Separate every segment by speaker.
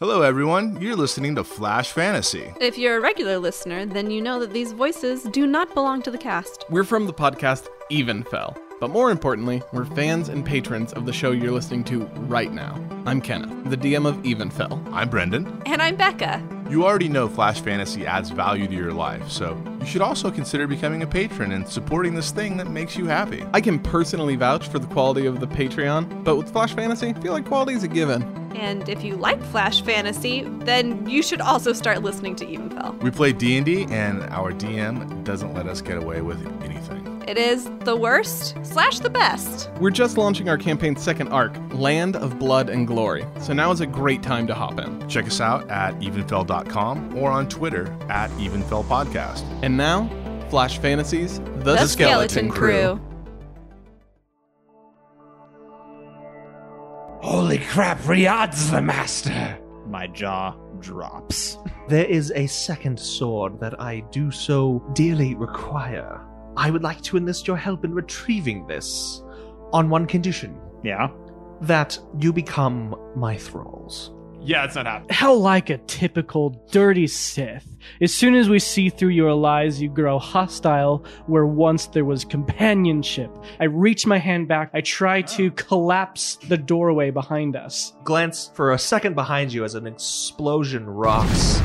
Speaker 1: Hello, everyone. You're listening to Flash Fantasy.
Speaker 2: If you're a regular listener, then you know that these voices do not belong to the cast.
Speaker 3: We're from the podcast Evenfell, but more importantly, we're fans and patrons of the show you're listening to right now. I'm Kenneth, the DM of Evenfell.
Speaker 1: I'm Brendan.
Speaker 2: And I'm Becca.
Speaker 1: You already know Flash Fantasy adds value to your life, so you should also consider becoming a patron and supporting this thing that makes you happy.
Speaker 3: I can personally vouch for the quality of the Patreon, but with Flash Fantasy, I feel like quality is a given.
Speaker 2: And if you like Flash Fantasy, then you should also start listening to Evenfell.
Speaker 1: We play D&D and our DM doesn't let us get away with anything.
Speaker 2: It is the worst slash the best.
Speaker 3: We're just launching our campaign's second arc, Land of Blood and Glory, so now is a great time to hop in.
Speaker 1: Check us out at evenfell.com or on Twitter at evenfell podcast.
Speaker 3: And now, Flash Fantasies The,
Speaker 4: Holy crap, Riyad's the master!
Speaker 5: My jaw drops.
Speaker 4: There is a second sword that I do so dearly require. I would like to enlist your help in retrieving this on one condition
Speaker 5: Yeah?
Speaker 4: that you become my thralls.
Speaker 5: Yeah, it's not happening.
Speaker 6: How like a typical dirty Sith. As soon as we see through your lies, you grow hostile where once there was companionship. I reach my hand back. I try to collapse the doorway behind us.
Speaker 4: Glance for a second behind you as an explosion rocks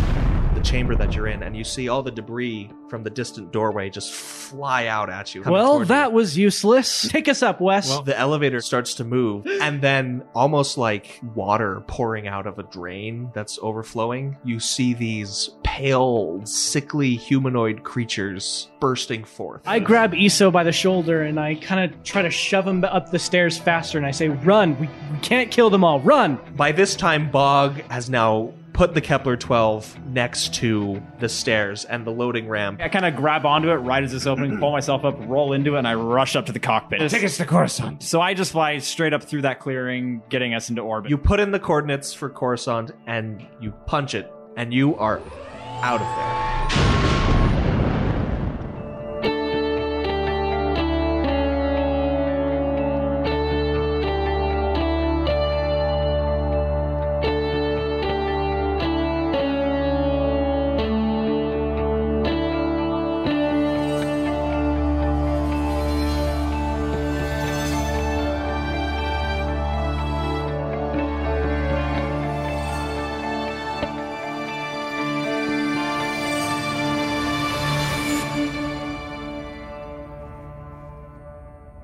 Speaker 4: the chamber that you're in, and you see all the debris from the distant doorway just fly out at you. coming
Speaker 6: well,
Speaker 4: toward you.
Speaker 6: that was useless. Take us up, Wes.
Speaker 4: Well, the elevator starts to move, and then almost like water pouring out of a drain that's overflowing, you see these pale, sickly humanoid creatures bursting forth.
Speaker 6: I grab Iso by the shoulder and I kind of try to shove him up the stairs faster and I say, Run! We, we can't kill them all. Run!
Speaker 4: By this time, Bog has now put the Kepler 12 next to the stairs and the loading ramp.
Speaker 5: I kind of grab onto it right as it's opening, pull myself up, roll into it, and I rush up to the cockpit. Take us to Coruscant. So I just fly straight up through that clearing, getting us into orbit.
Speaker 4: You put in the coordinates for Coruscant and you punch it, and you are out of there.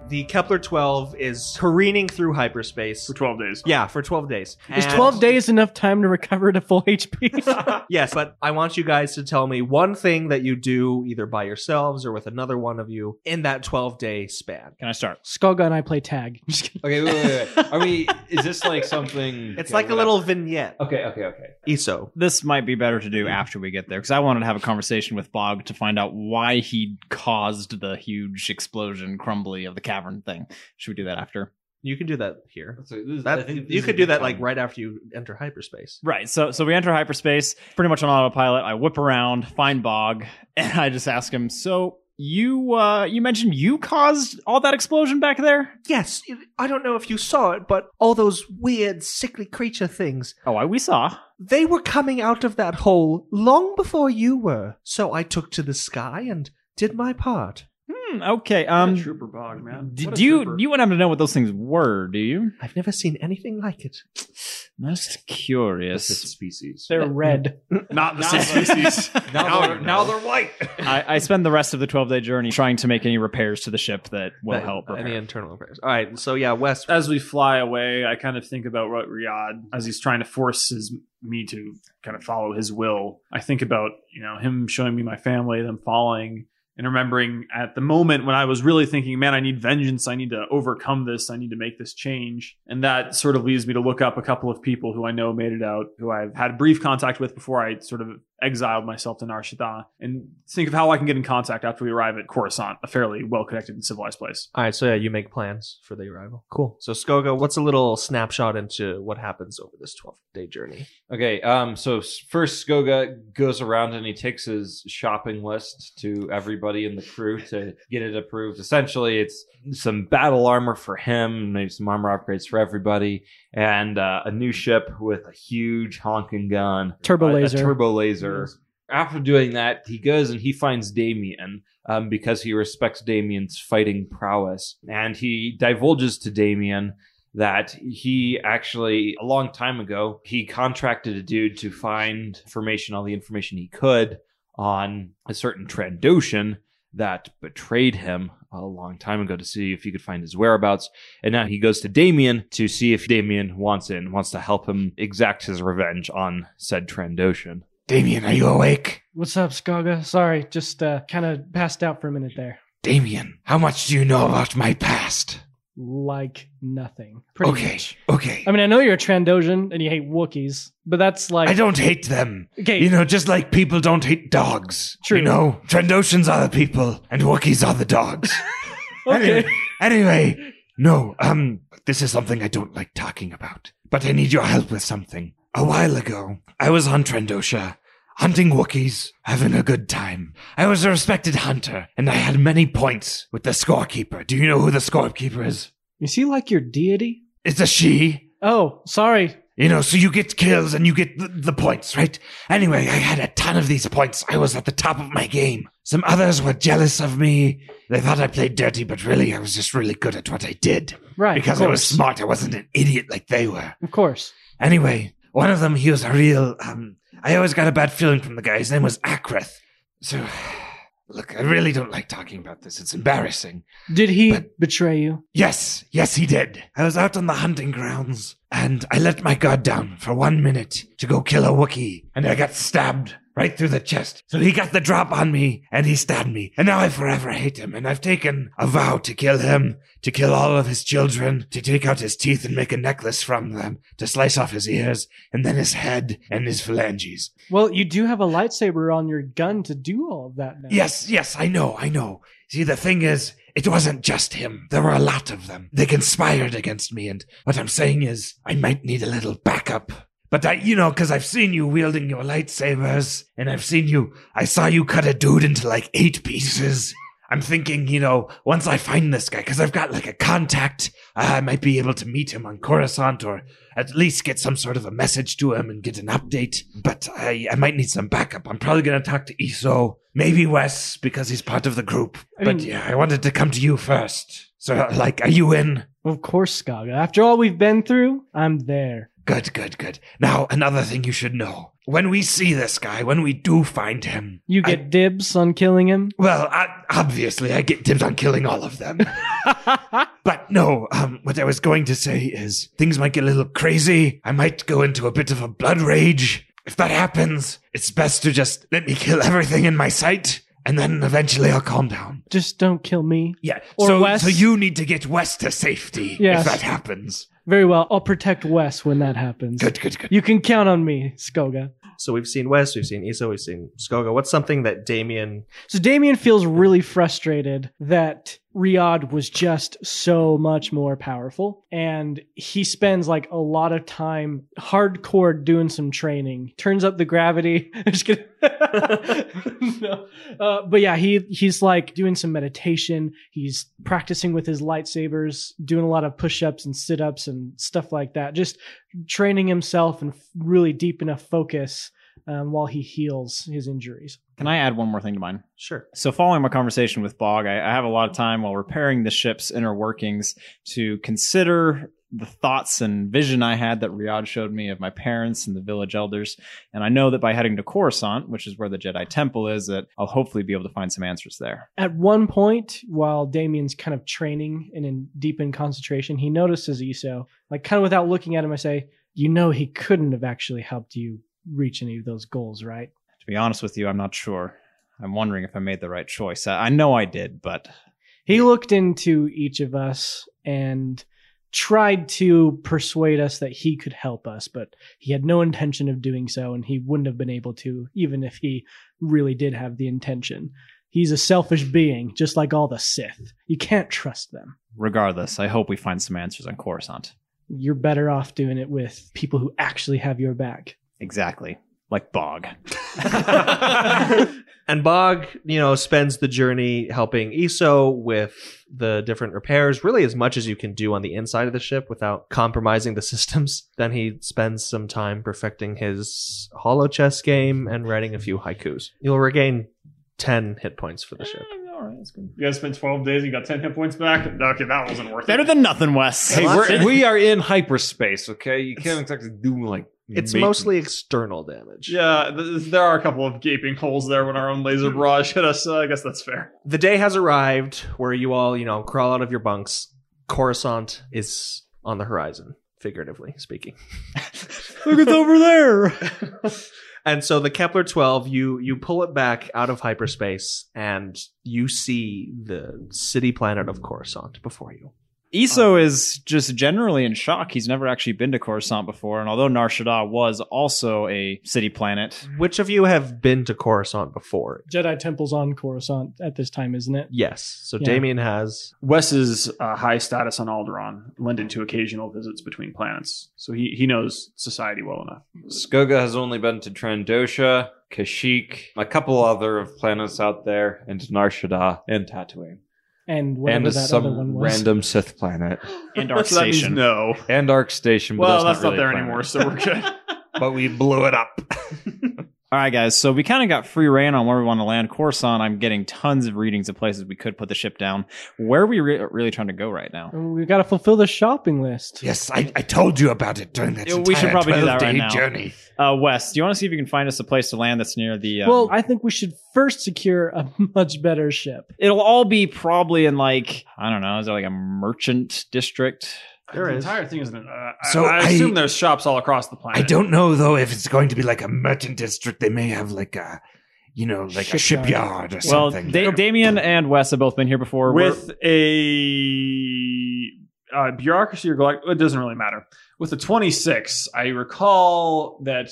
Speaker 4: The Kepler 12 is careening through hyperspace.
Speaker 5: 12 days.
Speaker 4: Yeah, for 12 days.
Speaker 6: Is
Speaker 4: And-
Speaker 6: 12 days enough time to recover to full HP?
Speaker 4: yes, but I want you guys to tell me one thing that you do either by yourselves or with another one of you in that 12 day span.
Speaker 5: Can I start?
Speaker 6: Skoga and I play tag. Just kidding.
Speaker 7: Okay, wait, wait, wait. Are we? Is this like something?
Speaker 4: It's
Speaker 7: okay,
Speaker 4: like a
Speaker 7: whatever.
Speaker 4: little vignette.
Speaker 7: Okay, okay, okay.
Speaker 4: Eso.
Speaker 5: This might be better to do after we get there because I wanted to have a conversation with Bog to find out why he caused the huge explosion crumbly of the cavern thing. Should we do that after?
Speaker 4: You can do that here.
Speaker 7: So this- I
Speaker 4: That,
Speaker 7: think this
Speaker 4: you
Speaker 7: is
Speaker 4: could
Speaker 7: a
Speaker 4: do
Speaker 7: good
Speaker 4: that like
Speaker 7: time.
Speaker 4: right after you enter hyperspace.
Speaker 5: Right. So so we enter hyperspace, pretty much on autopilot. I whip around, find Bog, and I just ask him, "So you uh you mentioned you caused all that explosion back there?"
Speaker 4: Yes, I don't know if you saw it, but all those weird, sickly creature things,
Speaker 5: Oh, I we saw.
Speaker 4: they were coming out of that hole long before you were. So I took to the sky and did my part.
Speaker 5: Hmm, okay.
Speaker 7: What a
Speaker 5: Um
Speaker 7: trooper bog, man.
Speaker 5: d-
Speaker 7: What a
Speaker 5: do you
Speaker 7: trooper.
Speaker 5: you wouldn't happen to know what those things were, do you?
Speaker 4: I've never seen anything like it.
Speaker 5: I'm just
Speaker 7: That's just
Speaker 5: curious.
Speaker 7: species?
Speaker 6: They're red.
Speaker 1: Not
Speaker 7: the same species.
Speaker 1: Now
Speaker 7: Now,
Speaker 1: you
Speaker 7: they're,
Speaker 1: know.
Speaker 7: now they're white.
Speaker 5: I, I spend the rest of the 12 day journey trying to make any repairs to the ship that will
Speaker 4: That-
Speaker 5: help. repair.
Speaker 4: Any internal repairs. All right, so yeah,
Speaker 6: Uh,
Speaker 4: West.
Speaker 8: as we fly away, I kind of think about what Riyadh, as he's trying to force his me to kind of follow his will. I think about you know him showing me my family, them following, and remembering at the moment when I was really thinking, man, I need vengeance. I need to overcome this. I need to make this change. And that sort of leads me to look up a couple of people who I know made it out, who I've had brief contact with before I sort of exiled myself to Nar Shaddaa and think of how I can get in contact after we arrive at Coruscant, a fairly well connected and civilized place.
Speaker 4: All right, so yeah, you make plans for the arrival. Cool. So Skoga, what's a little snapshot into what happens over this 12-day journey?
Speaker 7: Okay, um, so s- first Skoga goes around and he takes his shopping list to everybody in the crew to get it approved. Essentially, it's some battle armor for him, maybe some armor upgrades for everybody, and uh, a new ship with a huge honking gun,
Speaker 6: Turbo
Speaker 7: a- a
Speaker 6: laser.
Speaker 7: turbo laser. After doing that, he goes and he finds Damien um, because he respects Damien's fighting prowess, and he divulges to Damien that he actually a long time ago he contracted a dude to find information all the information he could on a certain Trandoshan that betrayed him a long time ago to see if he could find his whereabouts and now he goes to Damien to see if Damien wants in wants to help him exact his revenge on said Trandoshan Damien are you awake
Speaker 6: What's up, Skoga? Sorry, just uh, kind of passed out for a minute there.
Speaker 7: Damien how much do you know about my past
Speaker 6: Like nothing. Pretty
Speaker 7: Okay.
Speaker 6: much.
Speaker 7: okay
Speaker 6: I mean, I know you're a Trandoshan and you hate Wookiees, but that's like.
Speaker 7: I don't hate them
Speaker 6: Okay.
Speaker 7: You know, just like people don't hate dogs.
Speaker 6: True.
Speaker 7: You know, Trandoshans are the people, and Wookiees are the dogs.
Speaker 6: okay.
Speaker 7: Anyway, anyway, no, um, this is something I don't like talking about, but I need your help with something. A while ago, I was on Trandosha, hunting Wookiees, having a good time. I was a respected hunter, and I had many points with the scorekeeper. Do you know who the scorekeeper is?
Speaker 6: You see, like your deity?
Speaker 7: It's a she.
Speaker 6: Oh, sorry.
Speaker 7: You know, so you get kills and you get the, the points, right? Anyway, I had a ton of these points. I was at the top of my game. Some others were jealous of me. They thought I played dirty, but really, I was just really good at what I did.
Speaker 6: Right.
Speaker 7: Because
Speaker 6: of
Speaker 7: I was
Speaker 6: course.
Speaker 7: smart, I wasn't an idiot like they were.
Speaker 6: Of course.
Speaker 7: Anyway, one of them, he was a real. Um, I always got a bad feeling from the guy. His name was Akrith. So, look, I really don't like talking about this. It's embarrassing.
Speaker 6: Did he
Speaker 7: But-
Speaker 6: betray you?
Speaker 7: Yes, yes, he did. I was out on the hunting grounds, and I let my guard down for one minute to go kill a Wookiee, and I got stabbed right through the chest. So he got the drop on me, and he stabbed me, and now I forever hate him, and I've taken a vow to kill him, to kill all of his children, to take out his teeth and make a necklace from them, to slice off his ears, and then his head and his phalanges.
Speaker 6: Well, you do have a lightsaber on your gun to do all of that now.
Speaker 7: Yes, yes, I know, I know. See, the thing is, it wasn't just him. There were a lot of them. They conspired against me, and what I'm saying is, I might need a little backup. But I, you know, because I've seen you wielding your lightsabers, and I've seen you, I saw you cut a dude into like eight pieces. I'm thinking, you know, once I find this guy, because I've got like a contact, I might be able to meet him on Coruscant or at least get some sort of a message to him and get an update. But I, I might need some backup. I'm probably going to talk to Iso, maybe Wes, because he's part of the group.
Speaker 6: I
Speaker 7: but
Speaker 6: mean-
Speaker 7: yeah, I wanted to come to you first. So, like, are you in?
Speaker 6: Of course, Skaga. After all we've been through, I'm there.
Speaker 7: Good, good, good. Now, another thing you should know. When we see this guy, when we do find him,
Speaker 6: You
Speaker 7: I-
Speaker 6: get dibs on killing him?
Speaker 7: well, I, obviously, I get tipped on killing all of them. But no, um, what I was going to say is things might get a little crazy. I might go into a bit of a blood rage. If that happens, it's best to just let me kill everything in my sight, and then eventually I'll calm down.
Speaker 6: Just don't kill me.
Speaker 7: Yeah.
Speaker 6: Or
Speaker 7: so,
Speaker 6: Wes.
Speaker 7: so you need to get West to safety
Speaker 6: Yes.
Speaker 7: if that happens.
Speaker 6: Very well. I'll protect Wes when that happens.
Speaker 7: Good, good, good.
Speaker 6: You can count on me, Skoga.
Speaker 4: So we've seen Wes, we've seen Issa, we've seen Skoga. What's something that Damien
Speaker 6: So Damien feels really frustrated that Riyadh was just so much more powerful. And he spends like a lot of time hardcore doing some training. Turns up the gravity. just kidding. no. Uh, but yeah, he he's like doing some meditation. He's practicing with his lightsabers, doing a lot of push-ups and sit-ups and stuff like that. Just training himself and f- really deep enough focus um, while he heals his injuries.
Speaker 5: Can I add one more thing to mine?
Speaker 4: Sure.
Speaker 5: So, following my conversation with Bog, I, I have a lot of time while repairing the ship's inner workings to consider the thoughts and vision I had that Riyadh showed me of my parents and the village elders. And I know that by heading to Coruscant, which is where the Jedi Temple is, that I'll hopefully be able to find some answers there.
Speaker 6: At one point, while Damien's kind of training and in deep in concentration, he notices Iso, like kind of without looking at him, I say, You know, he couldn't have actually helped you reach any of those goals, right?
Speaker 5: To be honest with you, I'm not sure. I'm wondering if I made the right choice. I, I know I did, but
Speaker 6: He looked into each of us and tried to persuade us that he could help us, but he had no intention of doing so, and he wouldn't have been able to, even if he really did have the intention. He's a selfish being, just like all the Sith. You can't trust them.
Speaker 5: Regardless, I hope we find some answers on Coruscant.
Speaker 6: You're better off doing it with people who actually have your back.
Speaker 5: Exactly. Like Bog.
Speaker 4: and Bog, you know, spends the journey helping Eso with the different repairs, really as much as you can do on the inside of the ship without compromising the systems. Then he spends some time perfecting his hollow chess game and writing a few haikus. You'll regain 10 hit points for the ship.
Speaker 5: All right, that's good.
Speaker 8: You guys spent 12 days and you got 10 hit points back? Okay, that wasn't worth
Speaker 5: Better
Speaker 8: it.
Speaker 5: than nothing, Wes.
Speaker 7: Hey,
Speaker 8: Lots
Speaker 7: we're,
Speaker 8: of-
Speaker 7: we are in hyperspace, okay? You can't exactly do like.
Speaker 4: It's
Speaker 7: make-
Speaker 4: mostly external damage.
Speaker 8: Yeah, th- there are a couple of gaping holes there when our own laser barrage hit us. So I guess that's fair.
Speaker 4: the day has arrived where you all, you know, crawl out of your bunks. Coruscant is on the horizon, figuratively speaking.
Speaker 5: Look, it's over there.
Speaker 4: and so the Kepler 12, you you pull it back out of hyperspace and you see the city planet of Coruscant before you.
Speaker 6: Um,
Speaker 5: Eso is just generally in shock. He's never actually been to Coruscant before, and although Nar Shaddaa was also a city planet,
Speaker 4: Which of you have been to Coruscant before?
Speaker 6: Jedi temples on Coruscant at this time, isn't it?
Speaker 4: Yes. So
Speaker 6: Yeah.
Speaker 4: Damien has.
Speaker 8: Wes's uh, high status on Alderaan lended to occasional visits between planets, so he, he knows society well enough.
Speaker 9: Skoga has only been to Trandosha, Kashyyyk, a couple other of planets out there, and Nar Shaddaa and Tatooine,
Speaker 6: And whatever
Speaker 9: and
Speaker 6: that
Speaker 9: some
Speaker 6: other one was.
Speaker 9: random Sith planet,
Speaker 5: and Arc
Speaker 8: So that means
Speaker 5: Station.
Speaker 8: no.
Speaker 9: and Arc Station. But
Speaker 8: well, that's, not,
Speaker 9: really
Speaker 8: there
Speaker 9: a planet.
Speaker 8: anymore, so we're good.
Speaker 7: But we blew it up.
Speaker 5: All right, guys. So we kind of got free reign on where we want to land. Coruscant. I'm getting tons of readings of places we could put the ship down. Where are we re- really trying to go right now?
Speaker 6: We gotta fulfill the shopping list.
Speaker 7: Yes, I, I told you about it during that
Speaker 5: Yeah, we should
Speaker 7: entire
Speaker 5: probably do that
Speaker 7: 12-day
Speaker 5: right now.
Speaker 7: journey.
Speaker 5: Uh, Wes, do you want to see if you can find us a place to land that's near the? Um,
Speaker 6: Well, I think we should first secure a much better ship.
Speaker 5: it'll all be probably in like I don't know. Is it like a merchant district?
Speaker 4: There
Speaker 8: the
Speaker 4: is.
Speaker 8: entire thing is. Uh, I-
Speaker 7: So
Speaker 8: I,
Speaker 7: I-
Speaker 8: assume there's shops all across the planet.
Speaker 7: I don't know though if it's going to be like a merchant district. They may have like a, you know, like a
Speaker 6: Shipyard.
Speaker 7: shipyard or
Speaker 5: Well,
Speaker 7: something.
Speaker 5: da- Damien and Wes have both been here before. We're-
Speaker 8: with a uh, bureaucracy or galact- it doesn't really matter. With a 26, I recall that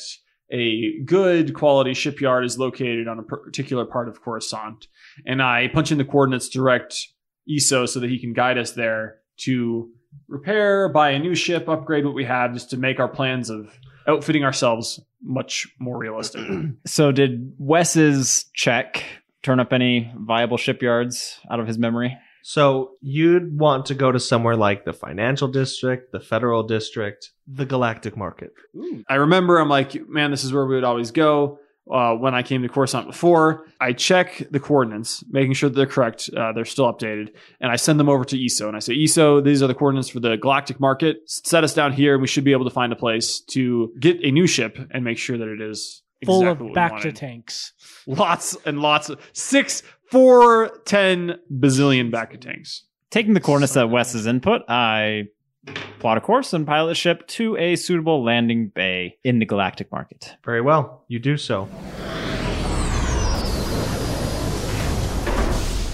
Speaker 8: a good quality shipyard is located on a par- particular part of Coruscant, and I punch in the coordinates direct ESO so that he can guide us there to repair, buy a new ship, upgrade what we have, just to make our plans of outfitting ourselves much more realistic.
Speaker 5: so did Wes's check turn up any viable shipyards out of his memory?
Speaker 4: So you'd want to go to somewhere like the financial district, the federal district, the galactic market.
Speaker 8: I remember I'm like, man, this is where we would always go. Uh, when I came to Coruscant before, I check the coordinates, making sure that they're correct. Uh, they're still updated. And I send them over to ESO and I say, ESO, these are the coordinates for the galactic market. S- Set us down here and we should be able to find a place to get a new ship and make sure that it is
Speaker 6: Full
Speaker 8: exactly
Speaker 6: of
Speaker 8: what we
Speaker 6: Bacta
Speaker 8: wanted.
Speaker 6: tanks.
Speaker 8: Lots and lots of six, four, ten bazillion Bacta tanks.
Speaker 5: Taking the coordinates that Wes's input, I plot a course and pilot the ship to a suitable landing bay in the galactic market.
Speaker 4: Very well, you do so.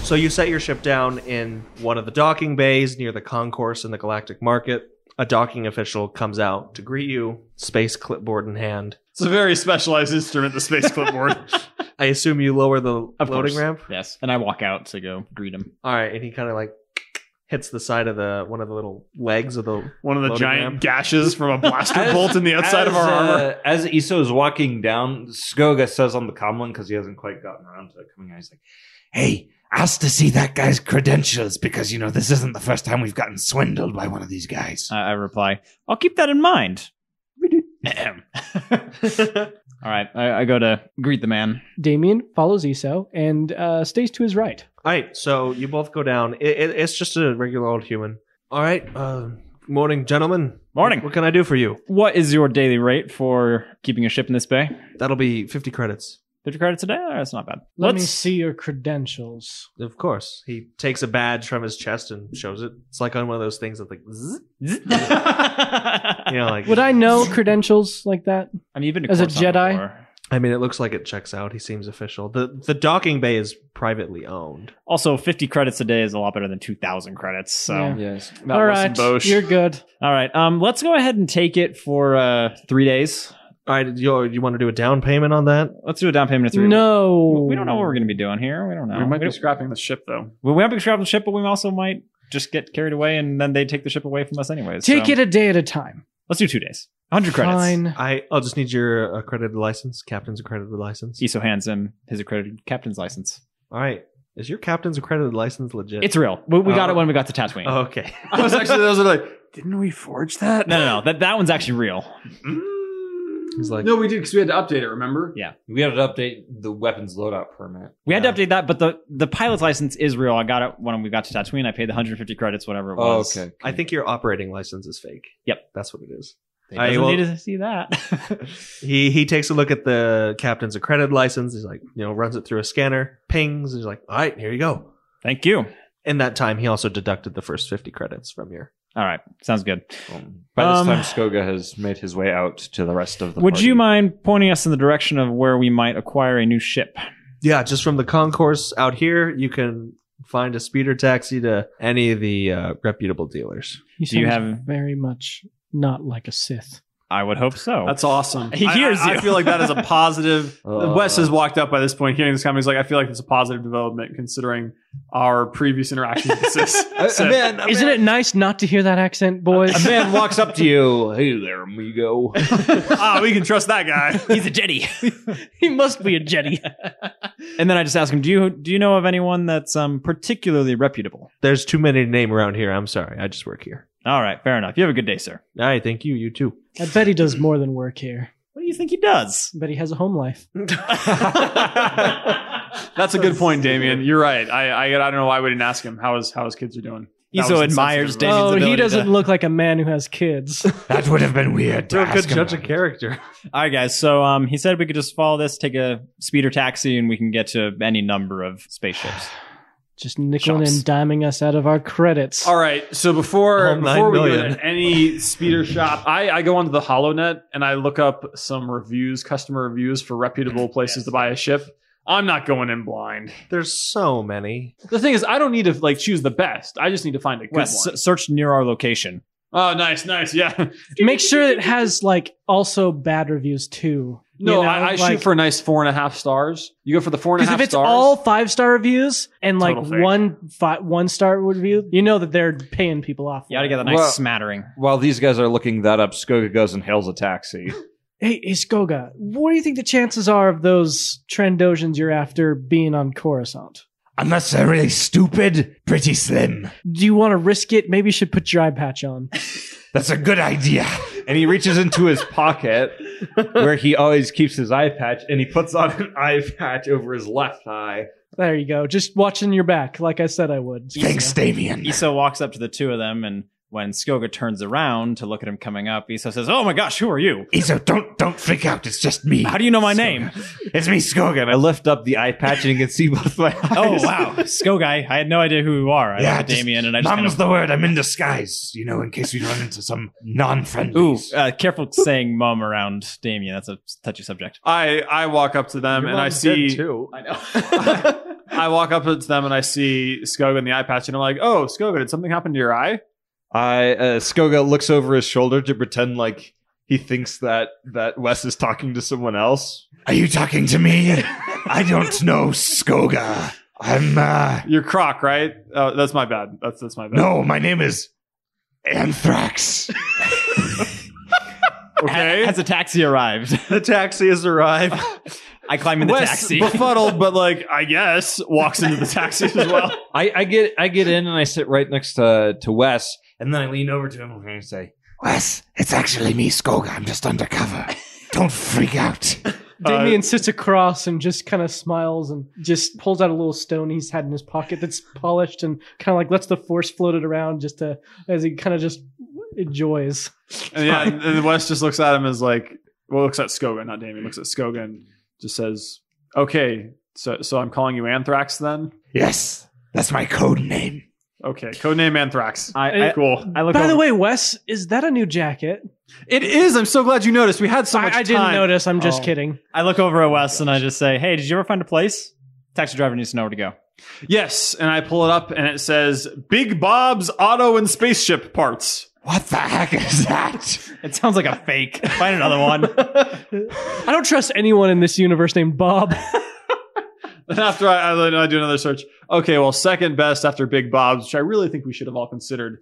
Speaker 4: So you set your ship down in one of the docking bays near the concourse in the galactic market. A docking official comes out to greet you, space clipboard in hand.
Speaker 8: It's a very specialized instrument, the space clipboard.
Speaker 4: I assume you lower the
Speaker 5: Of
Speaker 4: loading
Speaker 5: course.
Speaker 4: ramp.
Speaker 5: Yes, and I walk out to go greet him.
Speaker 4: All right, and he kind of like hits the side of the one of the little legs of the
Speaker 8: One of the
Speaker 4: Loading
Speaker 8: giant
Speaker 4: ramp.
Speaker 8: gashes from a blaster
Speaker 9: As-
Speaker 8: bolt in the outside of
Speaker 9: as,
Speaker 8: our armor.
Speaker 9: uh, as Iso is walking down, Skoga says on the comlink because he hasn't quite gotten around to coming out. He's like,
Speaker 7: hey, ask to see that guy's credentials because you know this isn't the first time we've gotten swindled by one of these guys.
Speaker 5: I, I reply, I'll keep that in mind. Ahem. All right, I, I go to greet the man.
Speaker 6: Damien follows Eso and uh, stays to his right.
Speaker 4: All right, so you both go down. It, it, it's just a regular old human. All right, uh, morning, gentlemen.
Speaker 5: Morning.
Speaker 4: What can I do for you?
Speaker 5: What is your daily rate for keeping a ship in this bay?
Speaker 4: That'll be fifty credits.
Speaker 5: 50 credits a day? All right, that's not bad.
Speaker 6: Let
Speaker 5: Let's
Speaker 6: me see your credentials.
Speaker 4: Of course, he takes a badge from his chest and shows it. It's like on one of those things that like, zzz, you know, like
Speaker 6: Would I know credentials like that?
Speaker 5: I mean, you've been to
Speaker 6: As a
Speaker 5: Coruscant
Speaker 6: Jedi?
Speaker 5: before.
Speaker 4: I mean, it looks like it checks out. He seems official. the The docking bay is privately owned.
Speaker 5: Also, 50 credits a day is a lot better than 2,000 credits. So,
Speaker 6: Yeah.
Speaker 9: Yes.
Speaker 8: That
Speaker 6: All
Speaker 8: was
Speaker 6: right,
Speaker 8: some Bosch.
Speaker 6: you're good.
Speaker 5: all right. Um, let's go ahead and take it for uh three days.
Speaker 4: All right, you, you want to do a down payment on that?
Speaker 5: Let's do a down payment of three.
Speaker 6: No,
Speaker 5: we don't know what we're going to be doing here. We don't know.
Speaker 8: we might be
Speaker 5: don't-
Speaker 8: scrapping the ship though.
Speaker 5: we might be scrapping the ship, but we also might just get carried away, and then they take the ship away from us anyways.
Speaker 6: Take
Speaker 5: so
Speaker 6: it a day at a time.
Speaker 5: Let's do two days. 100 credits.
Speaker 6: Fine.
Speaker 4: I I'll just need your accredited license, captain's accredited license.
Speaker 5: Iso hands him his accredited captain's license.
Speaker 4: All right, is your captain's accredited license legit?
Speaker 5: It's real. We, we got
Speaker 4: Oh.
Speaker 5: it when we got to Tatooine.
Speaker 4: Oh, okay.
Speaker 9: I was actually, those are like, didn't we forge that?
Speaker 5: No, no, no. That, that one's actually real.
Speaker 4: He's like-
Speaker 8: no, we did because we had to update it. Remember?
Speaker 5: Yeah.
Speaker 9: We had to update the weapons loadout permit.
Speaker 5: We had to update that, but the, the pilot's license is real. I got it when we got to Tatooine. I paid the 150 credits, whatever it
Speaker 9: Oh,
Speaker 5: was.
Speaker 9: okay.
Speaker 4: I think your operating license is fake.
Speaker 5: Yep.
Speaker 4: that's what it is.
Speaker 5: They
Speaker 4: I
Speaker 5: doesn't
Speaker 4: will-
Speaker 5: need to see that.
Speaker 4: He he takes a look at the captain's accredited license. He's like, you know, runs it through a scanner, pings. He's like, all right, here you go.
Speaker 5: Thank you.
Speaker 4: In that time, he also deducted the first fifty credits from your.
Speaker 5: All right. Sounds good.
Speaker 9: Um, by this
Speaker 5: Um,
Speaker 9: time, Skoga has made his way out to the rest of the.
Speaker 5: Would
Speaker 9: party.
Speaker 5: you mind pointing us in the direction of where we might acquire a new ship?
Speaker 4: Yeah, just from the concourse out here, you can find a speeder taxi to any of the uh, reputable dealers.
Speaker 6: You
Speaker 5: Do you
Speaker 6: sound
Speaker 5: have-
Speaker 6: very much not like a Sith?
Speaker 5: I would hope so.
Speaker 8: That's awesome.
Speaker 5: He
Speaker 8: I-
Speaker 5: hears
Speaker 8: I, I,
Speaker 5: you.
Speaker 8: feel like that is a positive.
Speaker 9: Uh.
Speaker 8: Wes has walked up by this point, hearing this comment. He's like, I feel like it's a positive development considering our previous interactions with this.
Speaker 9: A, a man, a
Speaker 6: Isn't
Speaker 9: man,
Speaker 6: it nice not to hear that accent, boys?
Speaker 9: A man walks up to you. Hey there, amigo.
Speaker 8: ah, we can trust that guy.
Speaker 5: He's a Jedi.
Speaker 6: he must be a Jedi.
Speaker 5: and then I just ask him, "Do you do you know of anyone that's um particularly reputable?"
Speaker 4: There's too many to name around here. I'm sorry. I just work here.
Speaker 5: All right, fair enough. You have a good day, sir.
Speaker 4: All right, thank you. You too.
Speaker 6: I bet he does more than work here.
Speaker 5: What do you think he does?
Speaker 6: I bet he has a home life.
Speaker 8: That's a good point, Damien. You're right. I, I I don't know why we didn't ask him how his how his kids are doing. That
Speaker 5: Iso
Speaker 8: was
Speaker 5: admires
Speaker 8: insensitive.
Speaker 5: Damien's
Speaker 6: oh, he
Speaker 5: ability to-
Speaker 6: doesn't look like a man who has kids.
Speaker 7: That would have been weird. To
Speaker 4: You're a
Speaker 7: ask
Speaker 4: good
Speaker 7: him
Speaker 4: judge of
Speaker 7: about.
Speaker 4: character.
Speaker 5: All right, guys. So um, he said we could just follow this, take a speeder taxi, and we can get to any number of spaceships.
Speaker 6: Just nickeling
Speaker 5: Shops.
Speaker 6: and diming us out of our credits.
Speaker 8: All right. So before
Speaker 4: All nine
Speaker 8: before we go
Speaker 4: million.
Speaker 8: to any speeder shop, I, I go onto the HoloNet and I look up some reviews, customer reviews for reputable places to buy a ship. I'm not going in blind.
Speaker 4: There's so many.
Speaker 8: The thing is, I don't need to like choose the best. I just need to find a good
Speaker 5: Wes,
Speaker 8: one.
Speaker 5: s- search near our location.
Speaker 8: Oh, nice, nice, yeah.
Speaker 6: Make sure it has like also bad reviews too. You know,
Speaker 8: No, I, I
Speaker 6: like-
Speaker 8: shoot for a nice four and a half stars. You go for the four and a
Speaker 6: Because
Speaker 8: half
Speaker 6: if it's
Speaker 8: stars.
Speaker 6: all five star reviews and like
Speaker 8: Total fake.
Speaker 6: one fi- one star review, you know that they're paying people off.
Speaker 5: You got to get that nice
Speaker 9: Well-
Speaker 5: smattering.
Speaker 9: While these guys are looking that up, Skoga goes and hails a taxi.
Speaker 6: Hey, Iskoga, what do you think the chances are of those Trandosians you're after being on Coruscant?
Speaker 7: Unless they're really stupid, pretty slim.
Speaker 6: Do you want to risk it? Maybe you should put your eye patch on.
Speaker 7: That's a good idea.
Speaker 9: and he reaches into his pocket where he always keeps his eye patch and he puts on an eye patch over his left eye.
Speaker 6: There you go. Just watching your back, like I said I would.
Speaker 7: Thanks, Damien.
Speaker 5: Iso walks up to the two of them, and when Skoga turns around to look at him coming up, Iso says, "Oh my gosh, who are you?
Speaker 7: Iso, don't don't freak out. It's just me.
Speaker 5: How do you know my name?"
Speaker 7: It's me, Skogan.
Speaker 9: I lift up the eye patch and you can see both my eyes.
Speaker 5: Oh wow, Skoga, I I had no idea who you are. I
Speaker 7: Yeah,
Speaker 5: looked at
Speaker 7: just
Speaker 5: Damien, and I just kind
Speaker 7: Mum's
Speaker 5: of,
Speaker 7: the word. I'm in disguise. You know, in case we run into some
Speaker 5: ooh,
Speaker 7: non-friendlies.
Speaker 5: uh, careful saying "mum" around Damien. That's a touchy subject.
Speaker 8: I I walk up to them
Speaker 4: Your
Speaker 8: Um, and I
Speaker 4: mom's dead,
Speaker 8: see
Speaker 4: too.
Speaker 8: I know. I walk up to them and I see Skoga in the eye patch and I'm like, oh, Skoga, did something happen to your eye?
Speaker 9: I uh, Skoga looks over his shoulder to pretend like he thinks that that Wes is talking to someone else.
Speaker 7: Are you talking to me? I don't know Skoga. I'm uh
Speaker 8: Your croc, right? Oh, that's my bad. That's that's my bad.
Speaker 7: no, Oh, my name is Anthrax.
Speaker 8: Okay.
Speaker 5: Has a taxi arrived?
Speaker 4: The taxi has arrived.
Speaker 5: I climb in the
Speaker 8: Wes,
Speaker 5: taxi.
Speaker 8: befuddled, but like, I guess, walks into the taxi as well.
Speaker 9: I, I get I get in and I sit right next to to Wes.
Speaker 7: And then I lean over to him and I say, Wes, it's actually me, Skoga. I'm just undercover. Don't freak out.
Speaker 6: Damien sits across and just kind of smiles and just pulls out a little stone he's had in his pocket that's polished and kind of like lets the force float it around just to, as he kind of just enjoys.
Speaker 8: And yeah, and, and Wes just looks at him as like, well, looks at Skoga, not Damien, looks at Skoga and just says, okay, so so I'm calling you Anthrax then?
Speaker 7: Yes, that's my code name.
Speaker 8: Okay, codename Anthrax.
Speaker 5: I, I,
Speaker 8: cool.
Speaker 5: I look.
Speaker 6: By
Speaker 5: over-
Speaker 6: the way, Wes, is that a new jacket?
Speaker 5: it is. I'm so glad you noticed. We had so
Speaker 6: I,
Speaker 5: much
Speaker 6: I didn't
Speaker 5: time.
Speaker 6: notice. I'm just
Speaker 5: Oh.
Speaker 6: kidding.
Speaker 5: I look over at Wes and I just say, "Hey, did you ever find a place? Taxi driver needs to know where to go."
Speaker 8: Yes, and I pull it up and it says Big Bob's Auto and Spaceship Parts.
Speaker 5: What the heck is that? It sounds like a fake. Find another one.
Speaker 6: I don't trust anyone in this universe named Bob.
Speaker 8: And after I, I, I do another search, okay, well, second best after Big Bob's, which I really think we should have all considered,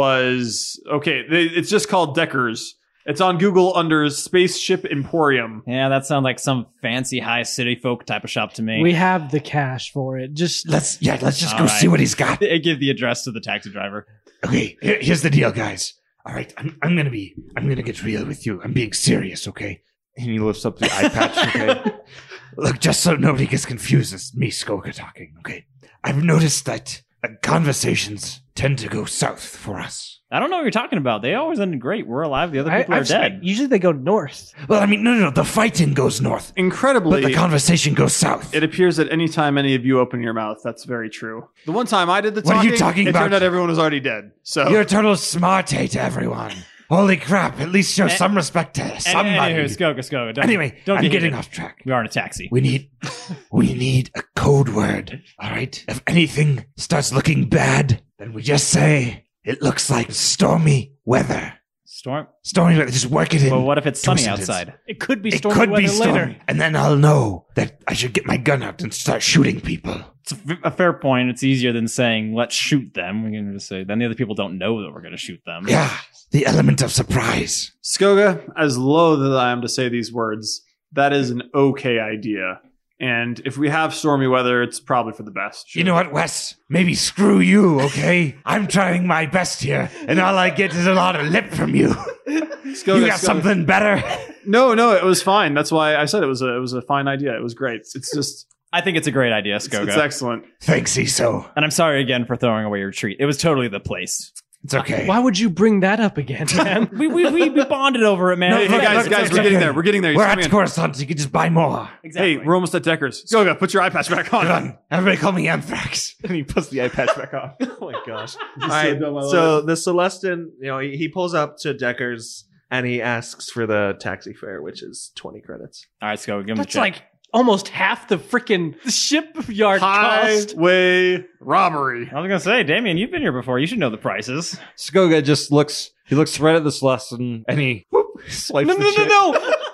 Speaker 8: was okay. They, it's just called Deckers. It's on Google under Spaceship Emporium.
Speaker 5: yeah, that sounds like some fancy high city folk type of shop to me.
Speaker 6: we have the cash for it. Just
Speaker 7: Let's yeah, let's just go
Speaker 5: All
Speaker 7: see
Speaker 5: right.
Speaker 7: what he's got.
Speaker 5: I give the address to the taxi driver.
Speaker 7: Okay, here- here's the deal, guys. All right, I'm, I'm gonna be I'm gonna get real with you. I'm being serious, okay?
Speaker 9: And he lifts up the eye patch. Okay.
Speaker 7: Look, just so nobody gets confused, it's me Skoga talking. Okay, I've noticed that uh, conversations tend to go south for us.
Speaker 5: I don't know what you're talking about. They always end great. We're alive. The other people are
Speaker 6: I've seen-
Speaker 5: dead.
Speaker 6: usually they go north.
Speaker 7: Well, I mean, no, no, no. The fighting goes north, but
Speaker 8: Incredibly,
Speaker 7: the conversation goes south.
Speaker 8: it appears that any time any of you open your mouth, that's very true. The one time I did the
Speaker 7: What
Speaker 8: talking,
Speaker 7: are you talking
Speaker 8: it turned
Speaker 7: about?
Speaker 8: out everyone was already dead. So
Speaker 7: You're a total smarte to everyone. Holy crap! At least show
Speaker 5: Eh,
Speaker 7: some respect to
Speaker 5: Any-
Speaker 7: somebody.
Speaker 5: Anywho, Skoga, Skoga. Don't,
Speaker 7: anyway,
Speaker 5: don't
Speaker 7: I'm
Speaker 5: get
Speaker 7: getting
Speaker 5: heated.
Speaker 7: off track.
Speaker 5: We are in a taxi.
Speaker 7: We need, we need a code word. All right. If anything starts looking bad, then we just say it looks like stormy weather.
Speaker 5: Storm.
Speaker 7: Stormy weather. Just work it in.
Speaker 5: Well, what if it's
Speaker 7: Two
Speaker 5: sunny
Speaker 7: sentences.
Speaker 5: outside?
Speaker 6: It could be
Speaker 7: it
Speaker 6: stormy
Speaker 7: could
Speaker 6: weather
Speaker 7: be stormy,
Speaker 6: later.
Speaker 7: and then I'll know that I should get my gun out and start shooting people.
Speaker 5: It's a f- a fair point. It's easier than saying let's shoot them. We can just say then the other people don't know that we're going to shoot them.
Speaker 7: Yeah, the element of surprise.
Speaker 8: Skoga, as loath as I am to say these words, that is an okay idea. And if we have stormy weather, it's probably for the best.
Speaker 7: You know what, Wes? Maybe screw you, okay? I'm trying my best here, and all I get is a lot of lip from you.
Speaker 8: Skoga,
Speaker 7: you got
Speaker 8: Skoga.
Speaker 7: something better?
Speaker 8: No, no, it was fine. That's why I said it was a it was a fine idea. It was great. It's just
Speaker 5: I think it's a great idea,
Speaker 8: it's,
Speaker 5: Skoga.
Speaker 8: it's excellent.
Speaker 7: Thanks, Eso.
Speaker 5: and I'm sorry again for throwing away your treat. It was totally the place.
Speaker 7: It's okay.
Speaker 6: Why would you bring that up again, man?
Speaker 5: We we, we bonded over it, man.
Speaker 7: No,
Speaker 8: Hey, hey,
Speaker 7: look,
Speaker 8: guys,
Speaker 7: look,
Speaker 8: guys,
Speaker 7: it's
Speaker 8: we're
Speaker 7: okay.
Speaker 8: getting there. We're getting there.
Speaker 7: We're
Speaker 8: Just
Speaker 7: at
Speaker 8: come in.
Speaker 7: correspondence. You can just buy more.
Speaker 5: Exactly.
Speaker 8: Hey, we're almost at Deckers. Skoga, put your eye patch back on.
Speaker 7: Come on. Everybody call me Anthrax.
Speaker 4: and he puts the eye patch back on. oh my gosh! All right,
Speaker 8: dumb, I love
Speaker 4: so the Celestin, you know, he, he pulls up to Decker's and he asks for the taxi fare, which is twenty credits.
Speaker 5: All right, Skoga, give him
Speaker 6: That's
Speaker 5: the check.
Speaker 6: like almost half the freaking shipyard cost.
Speaker 8: Highway robbery.
Speaker 5: I was gonna say, Damien, you've been here before. You should know the prices.
Speaker 9: Skoga just looks. He looks right at this lesson, and he
Speaker 4: Swipes
Speaker 6: No,
Speaker 4: the
Speaker 6: no, no,
Speaker 4: check.
Speaker 6: no.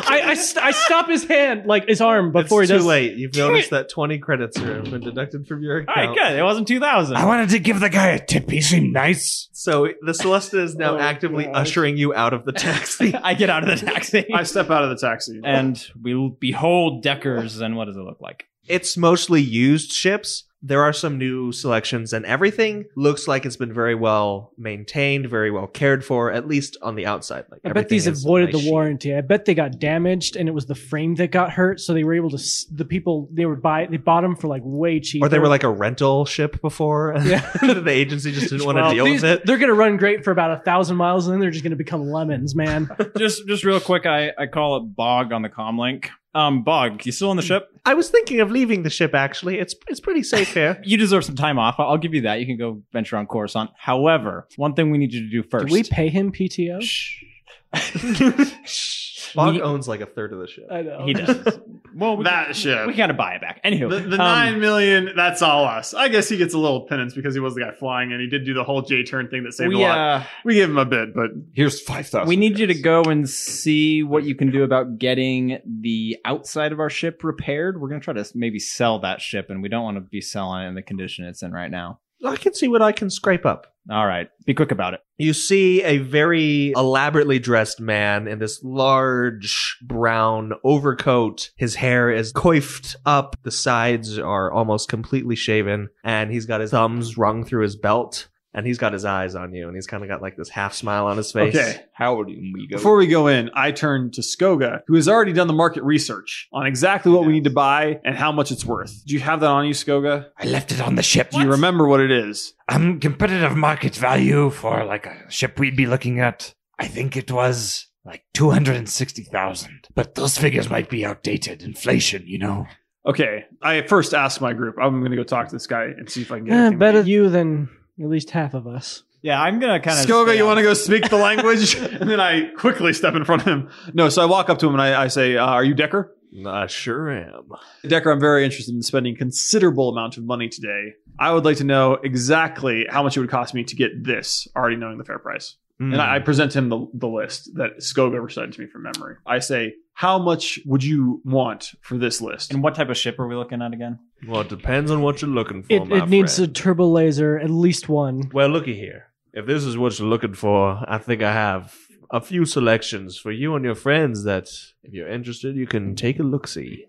Speaker 6: I, I, st- I stop his hand, like his arm, before
Speaker 4: it's
Speaker 6: he
Speaker 4: too
Speaker 6: does.
Speaker 4: late. You've noticed that twenty credits are- have been deducted from your
Speaker 5: All right,
Speaker 4: account.
Speaker 5: good. It wasn't two thousand.
Speaker 7: I wanted to give the guy a tip. He seemed nice.
Speaker 4: So the Celestin is now
Speaker 5: Oh,
Speaker 4: actively
Speaker 5: gosh.
Speaker 4: ushering you out of the taxi.
Speaker 5: I get out of the taxi,
Speaker 8: I step out of the taxi.
Speaker 5: and we behold Deckers. And what does it look like?
Speaker 4: it's mostly used ships. There are some new selections, and everything looks like it's been very well maintained, very well cared for, at least on the outside. Like
Speaker 6: I bet
Speaker 4: everything
Speaker 6: these
Speaker 4: is
Speaker 6: avoided
Speaker 4: nice
Speaker 6: the warranty. I bet they got damaged, and it was the frame that got hurt. So they were able to. s- The people they were buy they bought them for like way
Speaker 4: shape.
Speaker 6: cheaper.
Speaker 4: Or they were like a rental ship before.
Speaker 6: Yeah.
Speaker 4: the agency just didn't want to
Speaker 5: Well,
Speaker 4: deal
Speaker 6: Oh, These-
Speaker 4: with it.
Speaker 6: They're gonna run great for about a thousand miles, and then they're just gonna become lemons, man.
Speaker 5: just just real quick, I, I call it Bog on the comm link. Um, Bog, you still on the ship?
Speaker 4: I was thinking of leaving the ship. Actually, it's it's pretty safe here.
Speaker 5: You deserve some time off. I'll, I'll give you that. You can go venture on Coruscant. However, one thing we need you to do first.
Speaker 6: Did we pay him PTO?
Speaker 5: Shh.
Speaker 4: Bog
Speaker 5: We-
Speaker 4: owns like a third of the ship.
Speaker 6: I know
Speaker 5: he does. well, we,
Speaker 8: that shit.
Speaker 5: we gotta buy it back. Anywho,
Speaker 8: the the
Speaker 5: um,
Speaker 8: nine million, that's all us. I guess he gets a little penance because he was the guy flying and he did do the whole J turn thing that saved
Speaker 5: we,
Speaker 8: a lot.
Speaker 5: uh,
Speaker 8: We gave him a bit, but
Speaker 9: here's five thousand.
Speaker 5: we need you to go and see what you can do about getting the outside of our ship repaired. We're gonna try to maybe sell that ship, and we don't want to be selling it in the condition it's in right now.
Speaker 4: I can see what I can scrape up.
Speaker 5: All right, be quick about it.
Speaker 4: You see a very elaborately dressed man in this large brown overcoat. His hair is coiffed up, the sides are almost completely shaven, and he's got his thumbs rung through his belt, and he's got his eyes on you, and he's kind of got like this half smile on his face.
Speaker 8: okay.
Speaker 9: How do we go?
Speaker 8: Before we go in, I turn to Skoga, who has already done the market research on exactly what we need to buy and how much it's worth. Do you have that on you, Skoga?
Speaker 7: I left it on the ship.
Speaker 8: Do you remember what it is?
Speaker 7: Um, competitive market value for like a ship we'd be looking at. I think it was like two hundred and sixty thousand, but those figures might be outdated. Inflation, you know.
Speaker 8: Okay, I first asked my group. I'm going to go talk to this guy and see if I can get.
Speaker 6: Eh,
Speaker 8: anything
Speaker 6: better you than at least half of us.
Speaker 5: Yeah, I'm gonna kind of.
Speaker 8: Skoga, you want to go speak the language? and then I quickly step in front of him. No, so I walk up to him and I, I say, uh, "Are you Decker?"
Speaker 4: I sure am.
Speaker 8: Decker, I'm very interested in spending considerable amount of money today. I would like to know exactly how much it would cost me to get this, already knowing the fair price. And
Speaker 6: Hmm.
Speaker 8: I, I present him the, the list that Skoga recited to me from memory. I say, "How much would you want for this list?"
Speaker 5: And what type of ship are we looking at again?
Speaker 4: well, it depends on what you're looking for.
Speaker 6: It,
Speaker 4: my
Speaker 6: it needs
Speaker 4: friend.
Speaker 6: a turbo laser, at least one.
Speaker 4: Well, looky here. If this is what you're looking for, I think I have a few selections for you and your friends that, if you're interested, you can take a look see.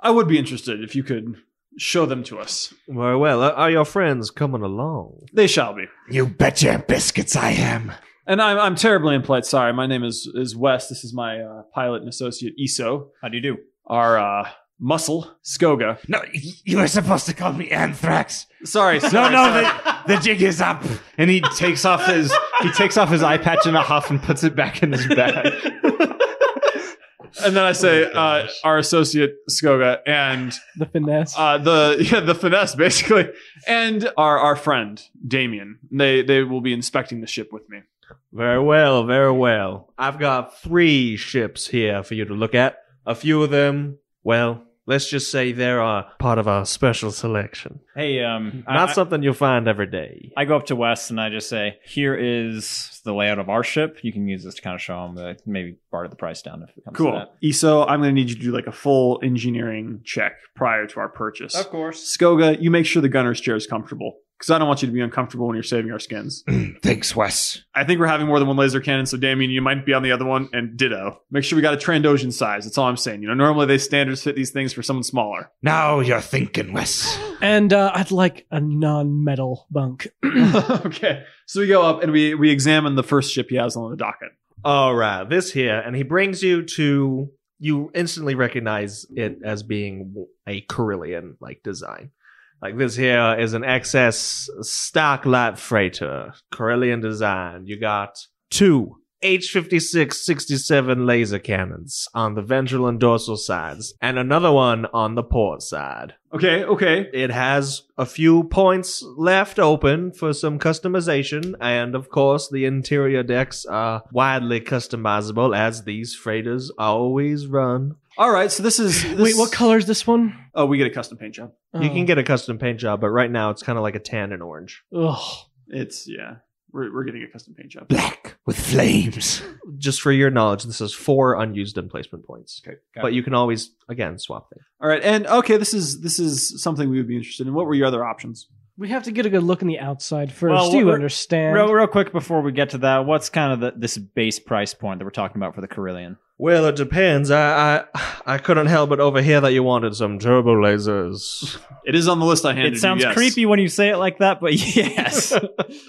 Speaker 8: I would be interested if you could show them to us.
Speaker 4: Very well. Are- Are your friends coming along?
Speaker 8: They shall be.
Speaker 7: You bet your biscuits I am.
Speaker 8: And I'm, I'm terribly impolite. Sorry, my name is is Wes. This is my uh, pilot and associate Iso.
Speaker 5: How do you do?
Speaker 8: Our uh, muscle Skoga.
Speaker 7: No, y- you were supposed to call me Anthrax.
Speaker 8: Sorry,
Speaker 7: No,
Speaker 8: sorry,
Speaker 7: no,
Speaker 8: sorry.
Speaker 7: the, the jig is up.
Speaker 5: And he takes off his he takes off his eye patch in a huff and puts it back in his bag.
Speaker 8: and then I say
Speaker 7: Oh
Speaker 8: uh, our associate Skoga and
Speaker 6: The finesse.
Speaker 8: uh, the yeah, the finesse basically, and our our friend Damien. They they will be inspecting the ship with me.
Speaker 4: Very well, very well. I've got three ships here for you to look at. A few of them, well, let's just say they are part of our special selection.
Speaker 5: Hey, um, I-
Speaker 4: Not
Speaker 5: I-
Speaker 4: something you'll find every day.
Speaker 5: I go up to Wes and I just say, "Here is the layout of our ship. You can use this to kind of show him that maybe barter the price down if it comes to
Speaker 8: Cool,
Speaker 5: that."
Speaker 8: Iso. I'm going to need you to do like a full engineering check prior to our purchase.
Speaker 5: course.
Speaker 8: Skoga, you make sure the gunner's chair is comfortable because I don't want you to be uncomfortable when you're saving our skins.
Speaker 7: Thanks, Wes.
Speaker 8: I think we're having more than one laser cannon, so Damien, you might be on the other one, and ditto. Make sure we got a Trandoshan size. That's all I'm saying. You know, normally they standard fit these things for someone smaller.
Speaker 7: Now you're thinking, Wes.
Speaker 6: and uh, I'd like a non-metal bunk.
Speaker 8: okay, so we go up and we we examine the first ship he has on the docket.
Speaker 4: All right, this here, and he brings you to. You instantly recognize it as being a Carillion like design. Like this here is an excess stock light freighter, Carillion design. You got two H56 67 laser cannons on the ventral and dorsal sides, and another one on the port side.
Speaker 8: Okay, okay.
Speaker 4: It has a few points left open for some customization, and of course, the interior decks are widely customizable as these freighters always run.
Speaker 8: All right, so this is this,
Speaker 6: Wait, what color is this one? Uh,
Speaker 8: Oh, we get a custom paint job.
Speaker 4: You
Speaker 6: Oh.
Speaker 4: can get a custom paint job, but right now it's kind of like a tan and orange.
Speaker 6: Ugh.
Speaker 8: It's yeah, we're we're getting a custom paint job.
Speaker 7: Black with flames.
Speaker 4: Just for your knowledge, this is four unused emplacement points.
Speaker 5: Okay,
Speaker 4: But you can always, again, swap things.
Speaker 8: All right, and okay, this is this is something we would be interested in. What were your other options?
Speaker 6: We have to get a good look on the outside first.
Speaker 5: Well,
Speaker 6: Do you
Speaker 5: we're-
Speaker 6: understand?
Speaker 5: Real, real quick before we get to that, what's kind of the, this base price point that we're talking about for the Carillion?
Speaker 4: Well, it depends. I, I I couldn't help but overhear that you wanted some turbo lasers.
Speaker 8: It is on the list I handed.
Speaker 5: It sounds
Speaker 8: you, yes.
Speaker 5: creepy when you say it like that, but yes.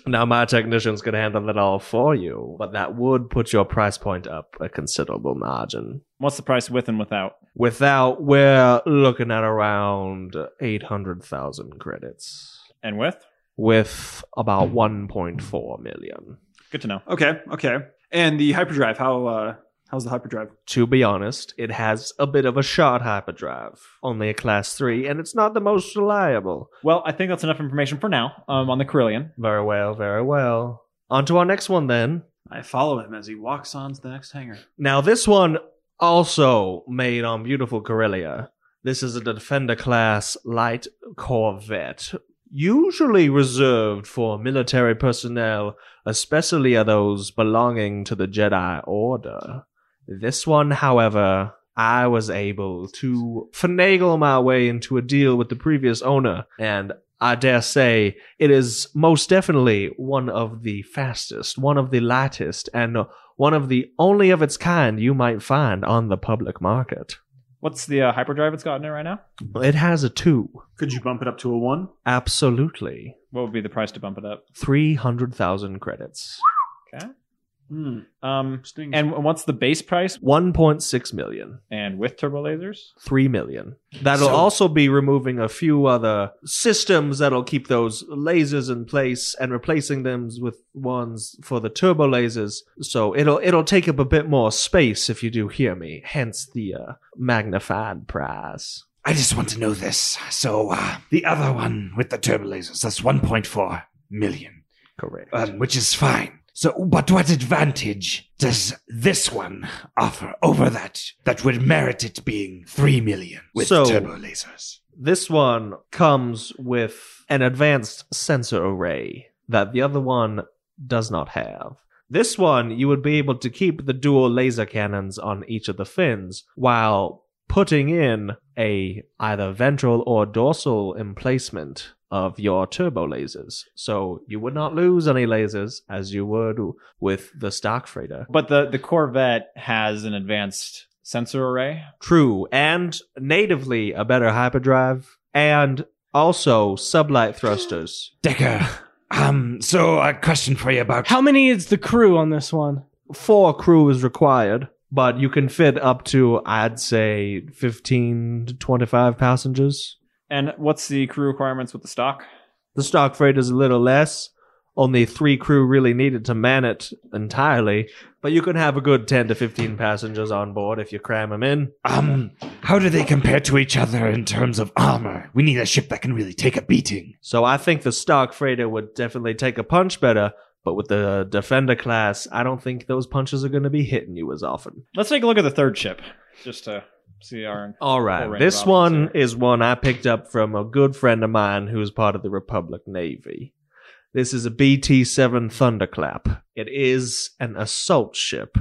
Speaker 4: Now my technicians could handle that all for you, but that would put your price point up a considerable margin.
Speaker 5: what's the price with and without?
Speaker 4: Without, we're looking at around 800,000 credits
Speaker 5: And with?
Speaker 4: with about 1.4 million.
Speaker 5: Good to know.
Speaker 8: Okay, okay. And the hyperdrive, how uh how's the hyperdrive?
Speaker 4: To be honest, it has a bit of a short hyperdrive, only a class 3, and it's not the most reliable.
Speaker 5: Well, I think that's enough information for now um, on the Carillion.
Speaker 4: Very well, very well. On to our next one then.
Speaker 8: I follow him as he walks on to the next hangar.
Speaker 4: Now, this one also made on beautiful Corellia. This is a Defender class light corvette, usually reserved for military personnel, especially are those belonging to the Jedi Order. This one, however, I was able to finagle my way into a deal with the previous owner, and I dare say it is most definitely one of the fastest, one of the lightest, and one of the only of its kind you might find on the public market.
Speaker 5: What's the uh, hyperdrive it's got in it right now?
Speaker 4: It has a two.
Speaker 8: Could you bump it up to a one?
Speaker 4: Absolutely.
Speaker 5: What would be the price to bump it up?
Speaker 4: 300,000 credits.
Speaker 8: Hmm.
Speaker 5: Um,
Speaker 8: Stings.
Speaker 5: and what's the base price
Speaker 4: 1.6 million.
Speaker 5: and with turbo lasers?
Speaker 4: 3 million. That'll also be removing a few other systems that'll keep those lasers in place and replacing them with ones for the turbo lasers. So it'll it'll take up a bit more space if you do hear me, hence the uh, magnified prize.
Speaker 7: I just want to know this. So, uh, the other one with the turbo lasers, that's 1.4 million,
Speaker 5: Correct.
Speaker 7: um, which is fine. So, but what advantage does this one offer over that that would merit it being 3 million with
Speaker 4: So-
Speaker 7: turbo lasers?
Speaker 4: This one comes with an advanced sensor array that the other one does not have. This one, you would be able to keep the dual laser cannons on each of the fins while putting in a either ventral or dorsal emplacement of your turbo lasers. So you would not lose any lasers as you would with the stock freighter.
Speaker 5: But the the Corvette has an advanced sensor array.
Speaker 4: True, and natively a better hyperdrive, and also sublight thrusters.
Speaker 7: Decker, um, so a question for you about.
Speaker 6: How many is the crew on this one?
Speaker 4: Four crew is required, but you can fit up to, I'd say, 15 to 25 passengers.
Speaker 5: And what's the crew requirements with the stock?
Speaker 4: The stock freight is a little less. Only three crew really needed to man it entirely, but you can have a good 10 to 15 passengers on board if you cram them in.
Speaker 7: Um, how do they compare to each other in terms of armor? We need a ship that can really take a beating.
Speaker 4: So I think the stock freighter would definitely take a punch better, but with the defender class, I don't think those punches are going to be hitting you as often.
Speaker 5: Let's take a look at the third ship, just to see our.
Speaker 4: All right,
Speaker 5: Randy
Speaker 4: this
Speaker 5: Robbins
Speaker 4: one
Speaker 5: here.
Speaker 4: is one I picked up from a good friend of mine who is part of the Republic Navy. This is a BT 7 Thunderclap. It is an assault ship.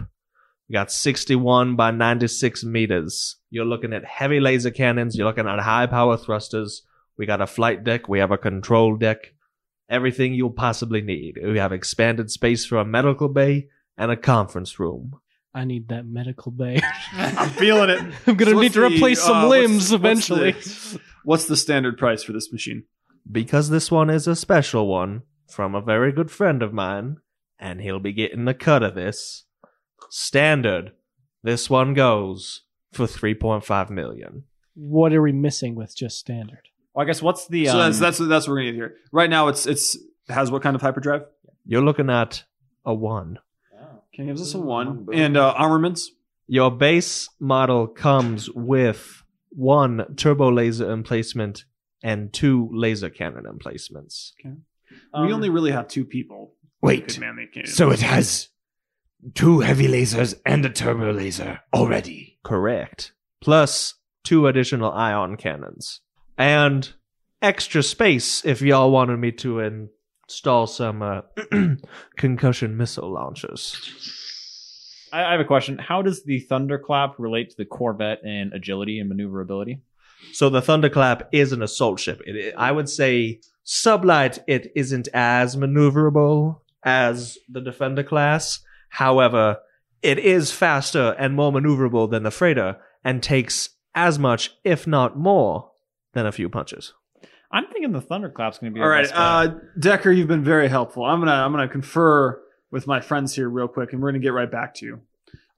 Speaker 4: You got 61 by 96 meters. You're looking at heavy laser cannons. You're looking at high power thrusters. We got a flight deck. We have a control deck. Everything you'll possibly need. We have expanded space for a medical bay and a conference room.
Speaker 6: I need that medical bay.
Speaker 8: I'm feeling it.
Speaker 6: I'm gonna
Speaker 8: So
Speaker 6: need
Speaker 8: what's
Speaker 6: to
Speaker 8: the,
Speaker 6: replace some
Speaker 8: uh, what's-
Speaker 6: limbs
Speaker 8: what's the-
Speaker 6: eventually.
Speaker 8: What's the standard price for this machine?
Speaker 4: because this one is a special one from a very good friend of mine, and he'll be getting a cut of this. Standard, this one goes for 3.5 million.
Speaker 6: what are we missing with just standard?
Speaker 5: Well, I guess what's the. Um,
Speaker 8: So that's, that's that's what we're gonna get here. Right now, it's it's has what kind of hyperdrive?
Speaker 4: You're looking at a one.
Speaker 8: King gives us a one and uh, armaments.
Speaker 4: Your base model comes with one turbo laser emplacement and two laser cannon emplacements.
Speaker 8: we only really have two people. who
Speaker 7: Wait,
Speaker 8: could man the cannon.
Speaker 7: so it has two heavy lasers and a turbo laser already.
Speaker 4: Correct. Plus two additional ion cannons. And extra space if y'all wanted me to install some uh, concussion missile launchers.
Speaker 5: I, I have a question. How does the Thunderclap relate to the Corvette in agility and maneuverability?
Speaker 4: So the Thunderclap is an assault ship. It, it- I would say Sublight, it isn't as maneuverable as the Defender class. However, it is faster and more maneuverable than the freighter and takes as much, if not more, than a few punches.
Speaker 5: I'm thinking the Thunderclap's going to be.
Speaker 8: All
Speaker 5: our
Speaker 8: right,
Speaker 5: best bet.
Speaker 8: uh, Decker, you've been very helpful. I'm gonna I'm gonna confer with my friends here real quick, and we're gonna get right back to you.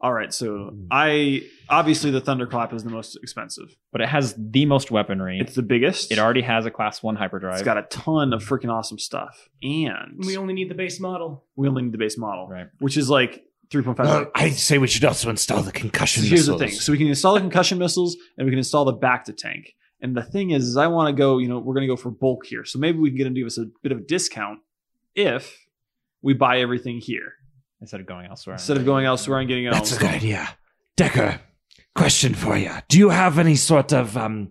Speaker 8: All right, so I obviously the thunderclap is the most expensive.
Speaker 5: but it has the most weaponry.
Speaker 8: It's the biggest.
Speaker 5: it already has a class one hyperdrive.
Speaker 8: It's got a ton of freaking awesome stuff, and we
Speaker 6: We
Speaker 8: only,
Speaker 6: only need the base model.
Speaker 8: need the base model,
Speaker 5: Right.
Speaker 8: which is like 3.5.
Speaker 7: Well, I say we should also install the concussion
Speaker 8: So here's the
Speaker 7: missiles.
Speaker 8: thing. So we can install the concussion missiles and we can install the back to tank. And the thing is, is I want to go, you know, we're going to go for bulk here. So maybe we can get them to give us a bit of a discount if we buy everything here
Speaker 5: instead of going elsewhere.
Speaker 8: instead of going elsewhere and getting it
Speaker 7: That's
Speaker 8: all.
Speaker 7: a good idea. Decker, question for you. Do you have any sort of um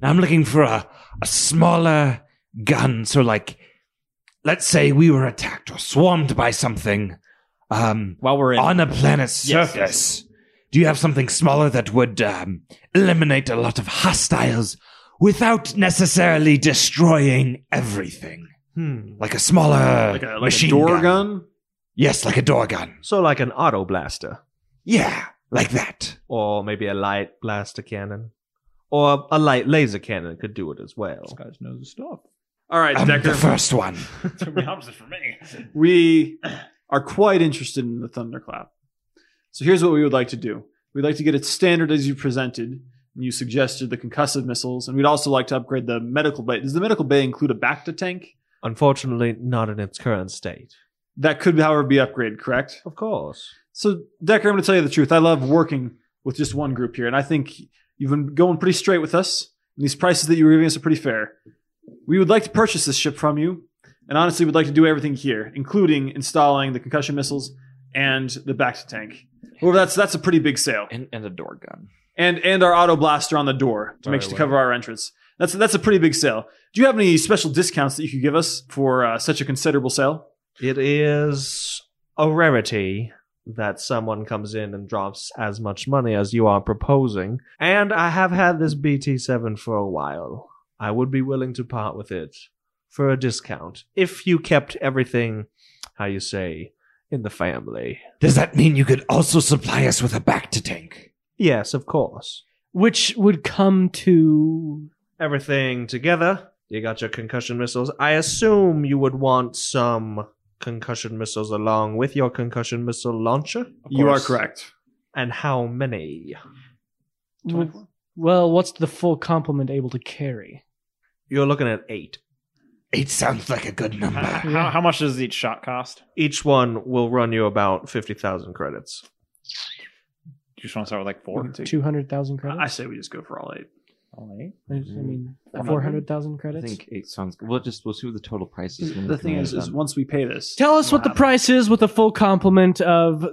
Speaker 7: now I'm looking for a, a smaller gun, so like let's say we were attacked or swarmed by something um
Speaker 5: While we're in,
Speaker 7: on a planet's
Speaker 5: Yes,
Speaker 7: surface. Do you have something smaller that would um, eliminate a lot of hostiles without necessarily destroying everything?
Speaker 4: Hmm.
Speaker 7: Like a smaller
Speaker 8: Like a, like
Speaker 7: machine
Speaker 8: a door gun.
Speaker 7: Yes, like a door gun.
Speaker 4: So like an auto blaster,
Speaker 7: Yeah, like that.
Speaker 4: or maybe a light blaster cannon, or a light laser cannon could do it as well.
Speaker 5: guy knows his stuff.
Speaker 8: All right,
Speaker 7: Um,
Speaker 8: Decker.
Speaker 7: the first one.
Speaker 5: Too many options for me.
Speaker 8: we are quite interested in the thunderclap. So here's what we would like to do. We'd like to get it standard as you presented, and you suggested the concussive missiles, and we'd also like to upgrade the medical bay. Does the medical bay include a back to tank?
Speaker 4: Unfortunately, not in its current state.
Speaker 8: That could, however, be upgraded, correct?
Speaker 4: Of course.
Speaker 8: So, Decker, I'm going to tell you the truth. I love working with just one group here, and I think you've been going pretty straight with us. And these prices that you were giving us are pretty fair. We would like to purchase this ship from you, and honestly would like to do everything here, including installing the concussion missiles and the back tank. Well, that's that's a pretty big sale
Speaker 9: And, and a door gun.
Speaker 8: and and our auto blaster on the door to make sure to cover our entrance. That's that's a pretty big sale. Do you have any special discounts that you could give us for uh, such a considerable sale?
Speaker 4: It is a rarity that someone comes in and drops as much money as you are proposing. And I have had this BT7 for a while. I would be willing to part with it for a discount if you kept everything, how you say, in the family.
Speaker 7: Does that mean you could also supply us with a back to tank?
Speaker 4: Yes, of course.
Speaker 6: which would come to
Speaker 4: Everything together. You got your concussion missiles. I assume you would want some concussion missiles along with your concussion missile launcher.
Speaker 8: You are correct.
Speaker 4: And how many?
Speaker 6: well, what's the full complement able to carry?
Speaker 4: You're looking at eight.
Speaker 7: It sounds like a good
Speaker 5: How,
Speaker 8: Uh-huh.
Speaker 7: number.
Speaker 5: how, how much does each shot cost?
Speaker 4: Each one will run you about 50,000 credits.
Speaker 5: Do you just want to start with like four?
Speaker 6: Two hundred thousand credits.
Speaker 8: I say we just go for all eight.
Speaker 5: All right.
Speaker 6: I mean,
Speaker 9: 400?
Speaker 6: four hundred thousand
Speaker 9: I
Speaker 6: credits.
Speaker 9: think it sounds good. We'll just we'll see what the total price is. when
Speaker 8: The
Speaker 9: we
Speaker 8: thing
Speaker 9: come
Speaker 8: is,
Speaker 9: in
Speaker 8: is
Speaker 9: then.
Speaker 8: once we pay this,
Speaker 6: Tell us
Speaker 8: we'll
Speaker 6: what the
Speaker 8: have-
Speaker 6: price is with a full complement of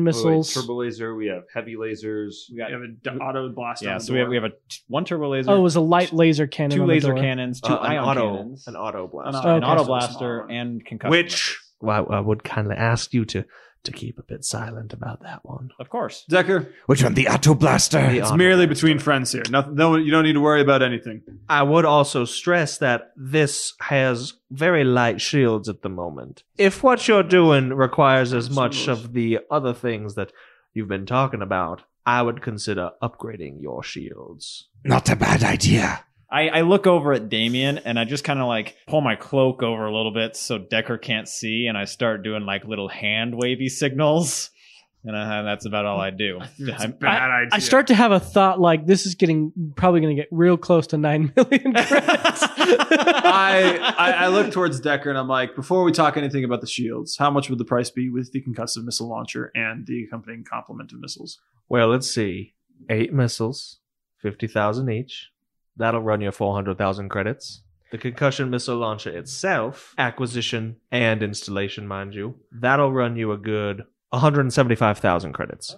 Speaker 9: Oh, wait,
Speaker 6: missiles.
Speaker 9: turbo laser. We have heavy lasers.
Speaker 5: We
Speaker 8: We
Speaker 5: got
Speaker 8: have a d- auto blast.
Speaker 5: yeah.
Speaker 8: on the
Speaker 5: So we have
Speaker 8: door.
Speaker 5: we have a t- one turbo laser.
Speaker 6: Oh, it was a light laser cannon.
Speaker 5: two
Speaker 6: on the
Speaker 5: laser
Speaker 6: door.
Speaker 5: cannons, two
Speaker 4: Uh, an
Speaker 5: ion
Speaker 4: auto,
Speaker 5: cannons,
Speaker 4: an auto blast.
Speaker 8: An
Speaker 6: Oh,
Speaker 5: an
Speaker 6: okay.
Speaker 5: auto
Speaker 8: Small
Speaker 5: blaster,
Speaker 8: one.
Speaker 5: and concussion.
Speaker 4: Which
Speaker 5: missiles.
Speaker 4: well, I would kindly ask you to to keep a bit silent about that one.
Speaker 5: of course.
Speaker 8: Decker.
Speaker 7: Which one? The auto blaster?
Speaker 4: The
Speaker 8: It's
Speaker 4: auto
Speaker 8: merely
Speaker 4: blaster.
Speaker 8: between friends here. Nothing. No, you don't need to worry about anything.
Speaker 4: I would also stress that this has very light shields at the moment. If what you're doing requires as much of the other things that you've been talking about, I would consider upgrading your shields.
Speaker 7: Not a bad idea.
Speaker 5: I, I look over at Damien and I just kind of like pull my cloak over a little bit so Decker can't see, and I start doing like little hand wavy signals, and uh, that's about all I do.
Speaker 8: It's a
Speaker 5: I'm-
Speaker 8: bad idea.
Speaker 6: I start to have a thought like this is getting probably going to get real close to nine million credits.
Speaker 8: I, I I look towards Decker and I'm like, before we talk anything about the shields, how much would the price be with the concussive missile launcher and the accompanying complement of missiles?
Speaker 4: Well, let's see. Eight missiles, 50,000 each. That'll run you 400,000 credits. The concussion missile launcher itself, acquisition and installation, mind you, that'll run you a good 175,000 credits.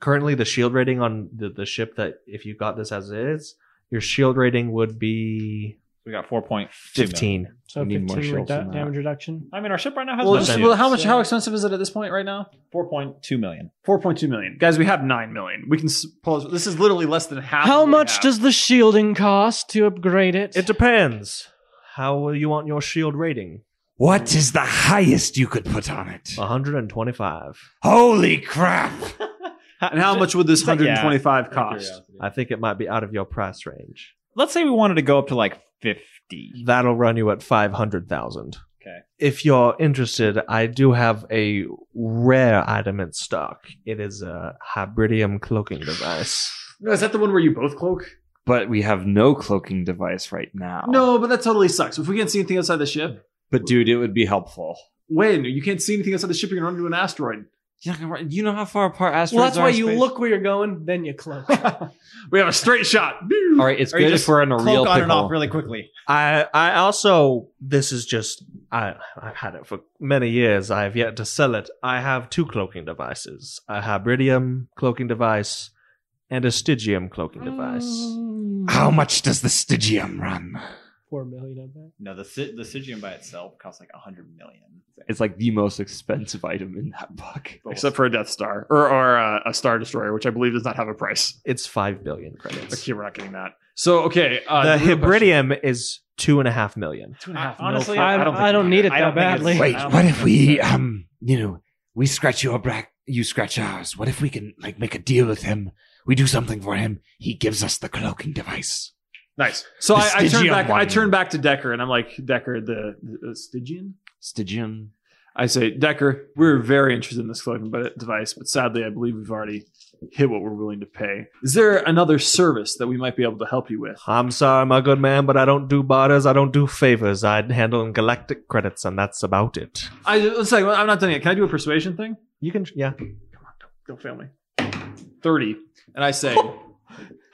Speaker 4: Currently, the shield rating on the, the ship that, if you got this as is, your shield rating would be
Speaker 5: we got four point
Speaker 4: 15.
Speaker 6: so
Speaker 9: We need more
Speaker 6: fifteen
Speaker 9: shields
Speaker 6: reda-
Speaker 9: than that.
Speaker 6: damage reduction.
Speaker 5: I mean, our ship right now has
Speaker 8: Well,
Speaker 5: no
Speaker 8: just-
Speaker 5: shields.
Speaker 8: well, how much? How expensive is it at this point right now?
Speaker 5: 4.2 million.
Speaker 8: 4.2 million. Guys, we have 9 million. We can s- pause. This is literally less than half.
Speaker 6: How
Speaker 8: of what we
Speaker 6: much
Speaker 8: have.
Speaker 6: does the shielding cost to upgrade it?
Speaker 4: It depends. How will you want your shield rating?
Speaker 7: What is the highest you could put on it?
Speaker 8: Uh.
Speaker 4: 125.
Speaker 7: Holy crap!
Speaker 8: And how much would this
Speaker 5: Yeah.
Speaker 8: 125 cost?
Speaker 4: I think it might be out of your price range.
Speaker 5: Let's say we wanted to go up to like 50.
Speaker 4: that'll run you at 500,000.
Speaker 5: Okay.
Speaker 4: If you're interested, I do have a rare item in stock. It is a hybridium cloaking device.
Speaker 8: No, is that the one where you both cloak?
Speaker 9: But we have no cloaking device right now.
Speaker 8: No, but that totally sucks. If we can't see anything outside the ship,
Speaker 9: But dude, it would be helpful.
Speaker 8: when you can't see anything outside the ship, you're gonna run into an asteroid.
Speaker 9: Yeah, you know how far apart asteroids
Speaker 6: well, that's
Speaker 9: are
Speaker 6: why
Speaker 9: in
Speaker 6: you
Speaker 9: space?
Speaker 6: look where you're going, then you cloak.
Speaker 8: we have a straight shot.
Speaker 9: All right, it's
Speaker 5: Or you
Speaker 9: good
Speaker 5: just
Speaker 9: if we're in a
Speaker 5: Cloak
Speaker 9: real
Speaker 5: on and off
Speaker 9: pickle.
Speaker 5: really quickly.
Speaker 4: I I also this is just I I've had it for many years. I have yet to sell it. I have two cloaking devices: a hybridium cloaking device and a stygium cloaking device.
Speaker 6: Mm.
Speaker 7: How much does the Stygium run?
Speaker 6: Four million of that.
Speaker 5: No, the si- the Sigium by itself costs like 100 million.
Speaker 9: It's like the most expensive item in that book.
Speaker 8: Except for a Death Star or, or uh, a Star Destroyer, which I believe does not have a price.
Speaker 4: It's five billion credits.
Speaker 8: Okay, we're not getting that. So, okay. Uh,
Speaker 4: the
Speaker 8: real question-
Speaker 4: hybridium is two and a half million.
Speaker 8: Two and a half.
Speaker 5: Honestly,
Speaker 8: mil.
Speaker 5: I
Speaker 6: I
Speaker 5: don't
Speaker 6: don't,
Speaker 5: think
Speaker 6: I don't
Speaker 5: we
Speaker 6: need
Speaker 5: need
Speaker 6: it
Speaker 5: it. I
Speaker 6: that
Speaker 5: don't think it's-
Speaker 6: badly.
Speaker 7: Wait,
Speaker 5: I don't
Speaker 7: what
Speaker 5: think
Speaker 7: if we,
Speaker 5: that's
Speaker 7: um, you know, we scratch your back, you scratch ours. What if we can, like, make a deal with him? We do something for him. He gives us the cloaking device.
Speaker 8: Nice. So
Speaker 7: The
Speaker 8: I, I turn
Speaker 7: Stygian
Speaker 8: back. I
Speaker 7: one.
Speaker 8: turn back to Decker, and I'm like, Decker, the, the uh, Stygian.
Speaker 9: Stygian.
Speaker 8: I say, Decker, we're very interested in this cloaking bu- device, but sadly, I believe we've already hit what we're willing to pay. Is there another service that we might be able to help you with?
Speaker 4: I'm sorry, my good man, but I don't do barters. I don't do favors. I handle galactic credits, and that's about it.
Speaker 8: I one second, I'm not done yet. Can I do a persuasion thing?
Speaker 4: You can, yeah.
Speaker 8: Don't fail me. Thirty, and I say,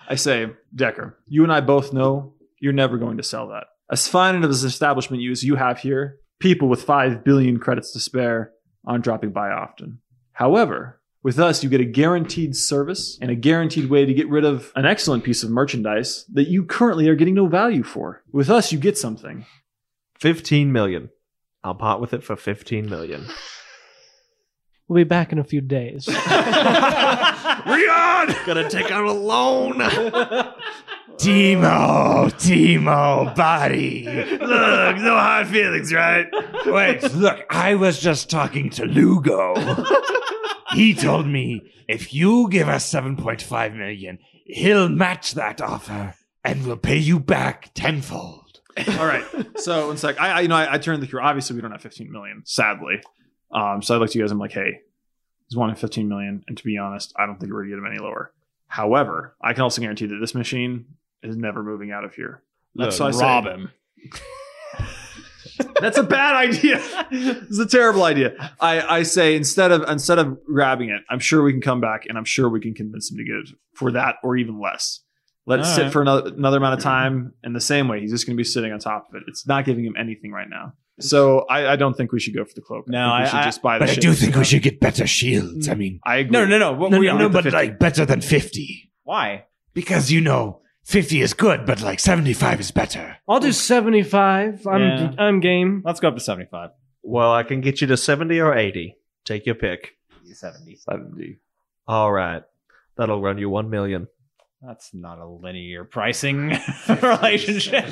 Speaker 8: I say, Decker, you and I both know you're never going to sell that. As fine of this establishment you as you have here, people with 5 billion credits to spare aren't dropping by often. However, with us, you get a guaranteed service and a guaranteed way to get rid of an excellent piece of merchandise that you currently are getting no value for. With us, you get something.
Speaker 4: 15 million. I'll pot with it for 15 million.
Speaker 6: We'll be back in a few days.
Speaker 4: Rion! Gonna take out a loan.
Speaker 7: Timo, Timo, buddy. Look, no hard feelings, right? Wait, look, I was just talking to Lugo. He told me if you give us 7.5 million, he'll match that offer and we'll pay you back tenfold.
Speaker 8: All right. So it's like I, I you know, I, I turned the cure. Obviously, we don't have 15 million, sadly. Um, so I looked at you guys. I'm like, hey, he's wanting 15 million, and to be honest, I don't think we're gonna get him any lower. However, I can also guarantee that this machine is never moving out of here.
Speaker 5: Look,
Speaker 8: That's so I say-
Speaker 5: rob him.
Speaker 8: That's a bad idea. it's a terrible idea. I, I say instead of instead of grabbing it, I'm sure we can come back and I'm sure we can convince him to get it for that or even less. Let it
Speaker 5: All
Speaker 8: sit
Speaker 5: right.
Speaker 8: for another, another amount of time in the same way. He's just going to be sitting on top of it. It's not giving him anything right now. So I, I don't think we should go for the cloak.
Speaker 5: No,
Speaker 8: I
Speaker 5: I-
Speaker 8: think we should
Speaker 5: I-
Speaker 8: just buy the
Speaker 7: But I
Speaker 8: shit.
Speaker 7: do think we should get better shields. I mean,
Speaker 8: I agree.
Speaker 5: No, no, no. What
Speaker 7: no,
Speaker 5: we
Speaker 7: no,
Speaker 5: don't
Speaker 7: no,
Speaker 5: get the
Speaker 7: but
Speaker 5: 50.
Speaker 7: like better than 50.
Speaker 5: why?
Speaker 7: Because, you know, 50 is good, but like 75 is better.
Speaker 6: I'll do 75. I'm
Speaker 5: Yeah.
Speaker 6: I'm game.
Speaker 5: Let's go up to seventy-five.
Speaker 4: Well, I can get you to 70 or 80. Take your pick.
Speaker 5: Seventy.
Speaker 9: 70.
Speaker 4: All right. That'll run you 1 million.
Speaker 5: That's not a linear pricing relationship.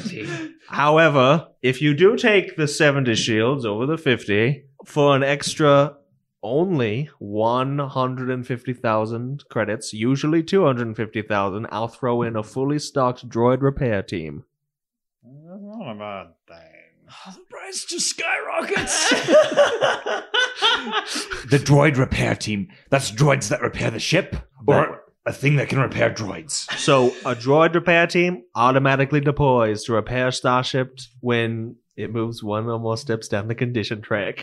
Speaker 4: However, if you do take the 70 shields over the 50 for an extra only 150,000 credits, usually 250,000, I'll throw in a fully stocked droid repair team.
Speaker 5: That's not a bad thing.
Speaker 7: The price just skyrockets. the droid repair team. That's droids that repair the ship, or a thing that can repair droids.
Speaker 4: So, a droid repair team automatically deploys to repair Starship when it moves one or more steps down the condition track.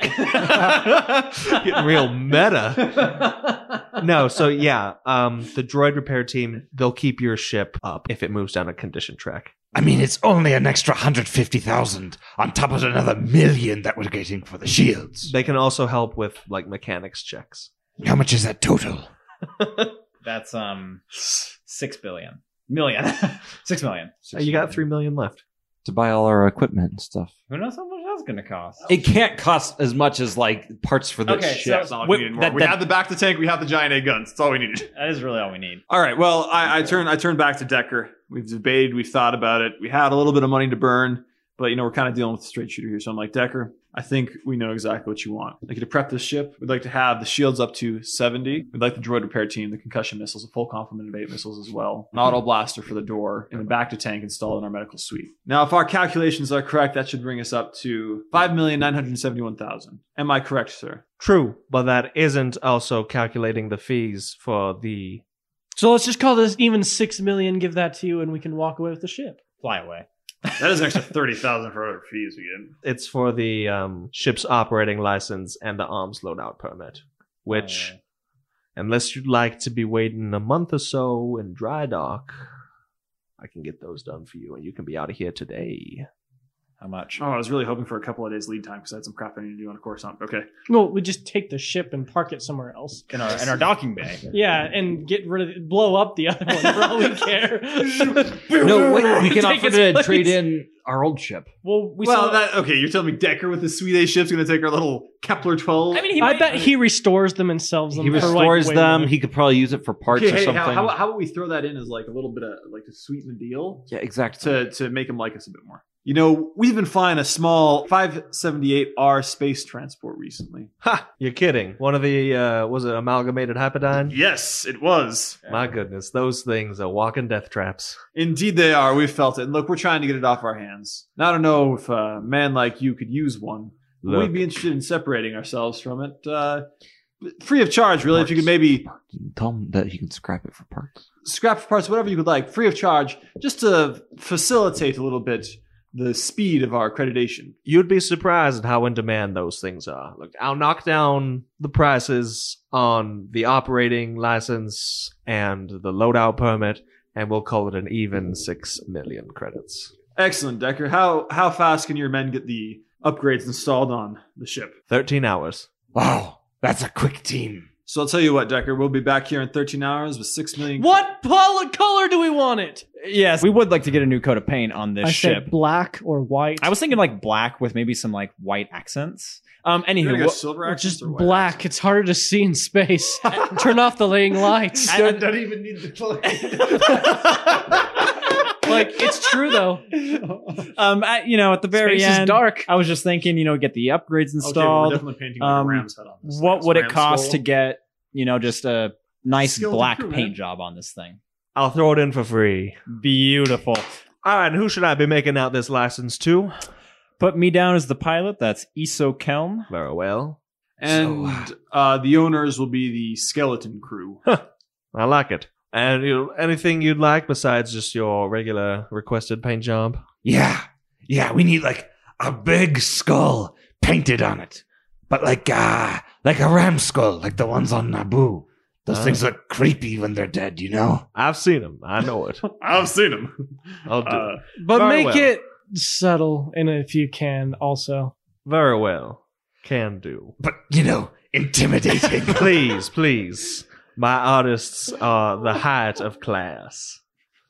Speaker 4: Getting real meta. no, so yeah, um, the droid repair team they'll keep your ship up if it moves down a condition track.
Speaker 7: I mean, it's only an extra hundred fifty thousand on top of another million that we're getting for the shields.
Speaker 4: They can also help with like mechanics checks.
Speaker 7: How much is that total?
Speaker 5: That's um six billion. Million. six million.
Speaker 4: Uh, you got three million left.
Speaker 9: To buy all our equipment and stuff.
Speaker 5: Who knows how much that's gonna cost?
Speaker 9: It can't cost as much as like parts for this
Speaker 5: Okay,
Speaker 9: ship.
Speaker 5: so-
Speaker 8: It's not like
Speaker 5: Wait,
Speaker 8: we, needed more.
Speaker 5: that-
Speaker 8: we
Speaker 5: that-
Speaker 8: have the back to tank. We have the giant A guns. That's all we needed.
Speaker 5: that is really all we need.
Speaker 8: All right. Well, I, I turn I turn back to Decker. We've debated. We've thought about it. We had a little bit of money to burn, but you know we're kind of dealing with a straight shooter here. So I'm like Decker. I think we know exactly what you want. Like you to prep this ship. We'd like to have the shields up to 70. We'd like the droid repair team, the concussion missiles, a full complement of eight missiles as well, an auto blaster for the door, and a back to tank installed in our medical suite. Now, if our calculations are correct, that should bring us up to five million nine hundred seventy-one thousand. Am I correct, sir?
Speaker 4: True, but that isn't also calculating the fees for the.
Speaker 6: So let's just call this even 6 million, give that to you, and we can walk away with the ship.
Speaker 5: Fly away.
Speaker 8: That is an extra thirty thousand for other fees we get.
Speaker 4: It's for the um, ship's operating license and the arms loadout permit, which, unless you'd like to be waiting a month or so in dry dock, I can get those done for you, and you can be out of here today.
Speaker 5: How much?
Speaker 8: Oh, I was really hoping for a couple of days lead time because I had some crap I needed to do on a Coruscant. Okay.
Speaker 6: No, we just take the ship and park it somewhere else.
Speaker 5: In our in our docking bay.
Speaker 6: Yeah, and get rid of blow up the other one for all we care.
Speaker 9: No, wait, we can
Speaker 6: Take
Speaker 9: offer
Speaker 6: his
Speaker 9: to
Speaker 6: place.
Speaker 9: trade in our old ship.
Speaker 6: Well, we
Speaker 8: well,
Speaker 6: saw
Speaker 8: that, okay, you're telling me Decker with his sweet A ship's going to take our little Kepler 12?
Speaker 6: I mean, he I bet he restores them and sells them.
Speaker 9: He
Speaker 6: for, like,
Speaker 9: restores
Speaker 6: way
Speaker 9: them.
Speaker 6: more.
Speaker 9: He could probably use it for parts
Speaker 8: okay,
Speaker 9: or
Speaker 8: hey,
Speaker 9: something.
Speaker 8: how, how, how about we throw that in as like a little bit of like to sweeten the deal
Speaker 9: yeah, exactly.
Speaker 8: to, to make him like us a bit more? You know, we've been flying a small 578R space transport recently.
Speaker 4: Ha! You're kidding. One of the uh, was it amalgamated hypodine?
Speaker 8: Yes, it was.
Speaker 4: My goodness, those things are walking death traps.
Speaker 8: Indeed, they are. We've felt it. And look, we're trying to get it off our hands. Now, I don't know if a man like you could use one. but
Speaker 4: Look.
Speaker 8: We'd be interested in separating ourselves from it. Uh, free of charge, really. If you could maybe
Speaker 9: Tell him that he can scrap it for parts.
Speaker 8: scrap parts, whatever you would like, free of charge, just to facilitate a little bit the speed of our accreditation.
Speaker 4: You'd be surprised at how in demand those things are. Look, I'll knock down the prices on the operating license and the loadout permit and we'll call it an even six million credits.
Speaker 8: Excellent, Decker. How how fast can your men get the upgrades installed on the ship?
Speaker 4: Thirteen hours.
Speaker 7: Wow, that's a quick team.
Speaker 8: So I'll tell you what, Decker. We'll be back here in 13 hours with six million.
Speaker 6: What pol- color do we want it?
Speaker 5: Yes, we would like to get a new coat of paint on this
Speaker 6: I
Speaker 5: ship.
Speaker 6: said black or white.
Speaker 5: I was thinking like black with maybe some like white accents. Um,
Speaker 8: You
Speaker 5: anywho,
Speaker 8: gonna go
Speaker 5: wha-
Speaker 8: silver
Speaker 6: Or
Speaker 8: accents
Speaker 6: just
Speaker 8: or white
Speaker 6: black. It's harder to see in space. Turn off the laying lights.
Speaker 5: I-
Speaker 7: don't even need the plug.
Speaker 6: like it's true though.
Speaker 5: um, I- you know, at the very
Speaker 6: Space
Speaker 5: end,
Speaker 6: is dark.
Speaker 5: I was just thinking, you know, get the upgrades
Speaker 8: accents? Okay, well,
Speaker 5: installed.
Speaker 8: we're definitely painting with
Speaker 5: Um,
Speaker 8: ram's head on this.
Speaker 5: what
Speaker 8: It's
Speaker 5: would it
Speaker 8: ram's
Speaker 5: cost to
Speaker 8: skull.
Speaker 5: get, you know, just a nice
Speaker 8: Skilled
Speaker 5: black
Speaker 8: crew, man.
Speaker 5: paint job on this thing?
Speaker 4: I'll throw it in for free.
Speaker 5: Beautiful.
Speaker 4: All right, and who should I be making out this license to?
Speaker 5: Put me down as the pilot. That's Iso Kelm.
Speaker 4: Very well.
Speaker 8: And
Speaker 7: So,
Speaker 8: uh, the owners will be the skeleton crew.
Speaker 4: I like it. And you know, anything you'd like besides just your regular requested paint job?
Speaker 7: Yeah, yeah, we need like a big skull painted on it, but like uh like a ram skull, like the ones on Naboo. Those
Speaker 4: Ah.
Speaker 7: things look creepy when they're dead, you know.
Speaker 4: I've seen them. I know it.
Speaker 8: I've seen them.
Speaker 4: I'll do it.
Speaker 8: Uh,
Speaker 6: But
Speaker 4: Very
Speaker 6: make
Speaker 4: well.
Speaker 6: it subtle, and if you can, also.
Speaker 4: Very well. Can do.
Speaker 7: But you know, intimidating.
Speaker 4: Please, please. My artists are the height of class.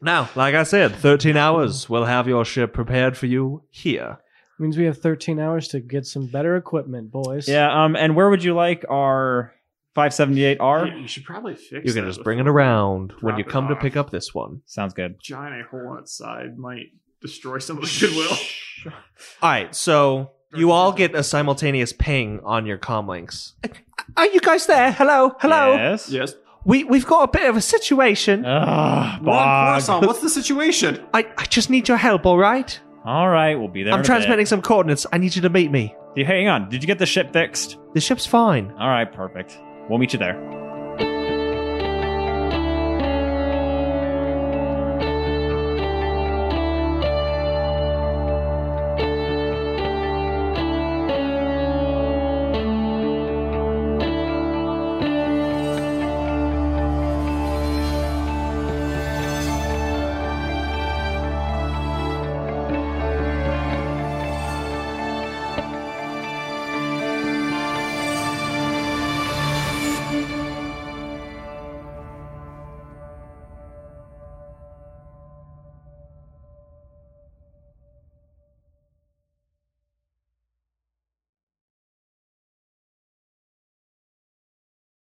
Speaker 4: Now, like I said, 13 hours. We'll have your ship prepared for you here.
Speaker 6: Means we have 13 hours to get some better equipment, boys.
Speaker 5: Yeah. Um, and where would you like our 578R?
Speaker 8: you should probably fix.
Speaker 4: You can
Speaker 8: that
Speaker 4: just
Speaker 8: before
Speaker 4: bring it around when
Speaker 8: Drop
Speaker 4: you
Speaker 8: it
Speaker 4: come to
Speaker 8: off.
Speaker 4: pick up this one.
Speaker 5: Sounds good.
Speaker 8: Giant a hole outside might destroy some of the goodwill.
Speaker 4: All right, so you all get a simultaneous ping on your comlinks. Are you guys there? Hello,
Speaker 5: Yes.
Speaker 8: yes.
Speaker 4: We we've got a bit of a situation.
Speaker 5: Ugh,
Speaker 8: We're on
Speaker 5: Bog.
Speaker 8: Coruscant. What's the situation?
Speaker 4: I, I just need your help, all right?
Speaker 5: All right, we'll be there.
Speaker 4: I'm
Speaker 5: in a
Speaker 4: transmitting some coordinates. I need you to meet me.
Speaker 5: bit. Hey, Hang on. Did you get the ship fixed?
Speaker 4: The ship's fine.
Speaker 5: All right, perfect. We'll meet you there.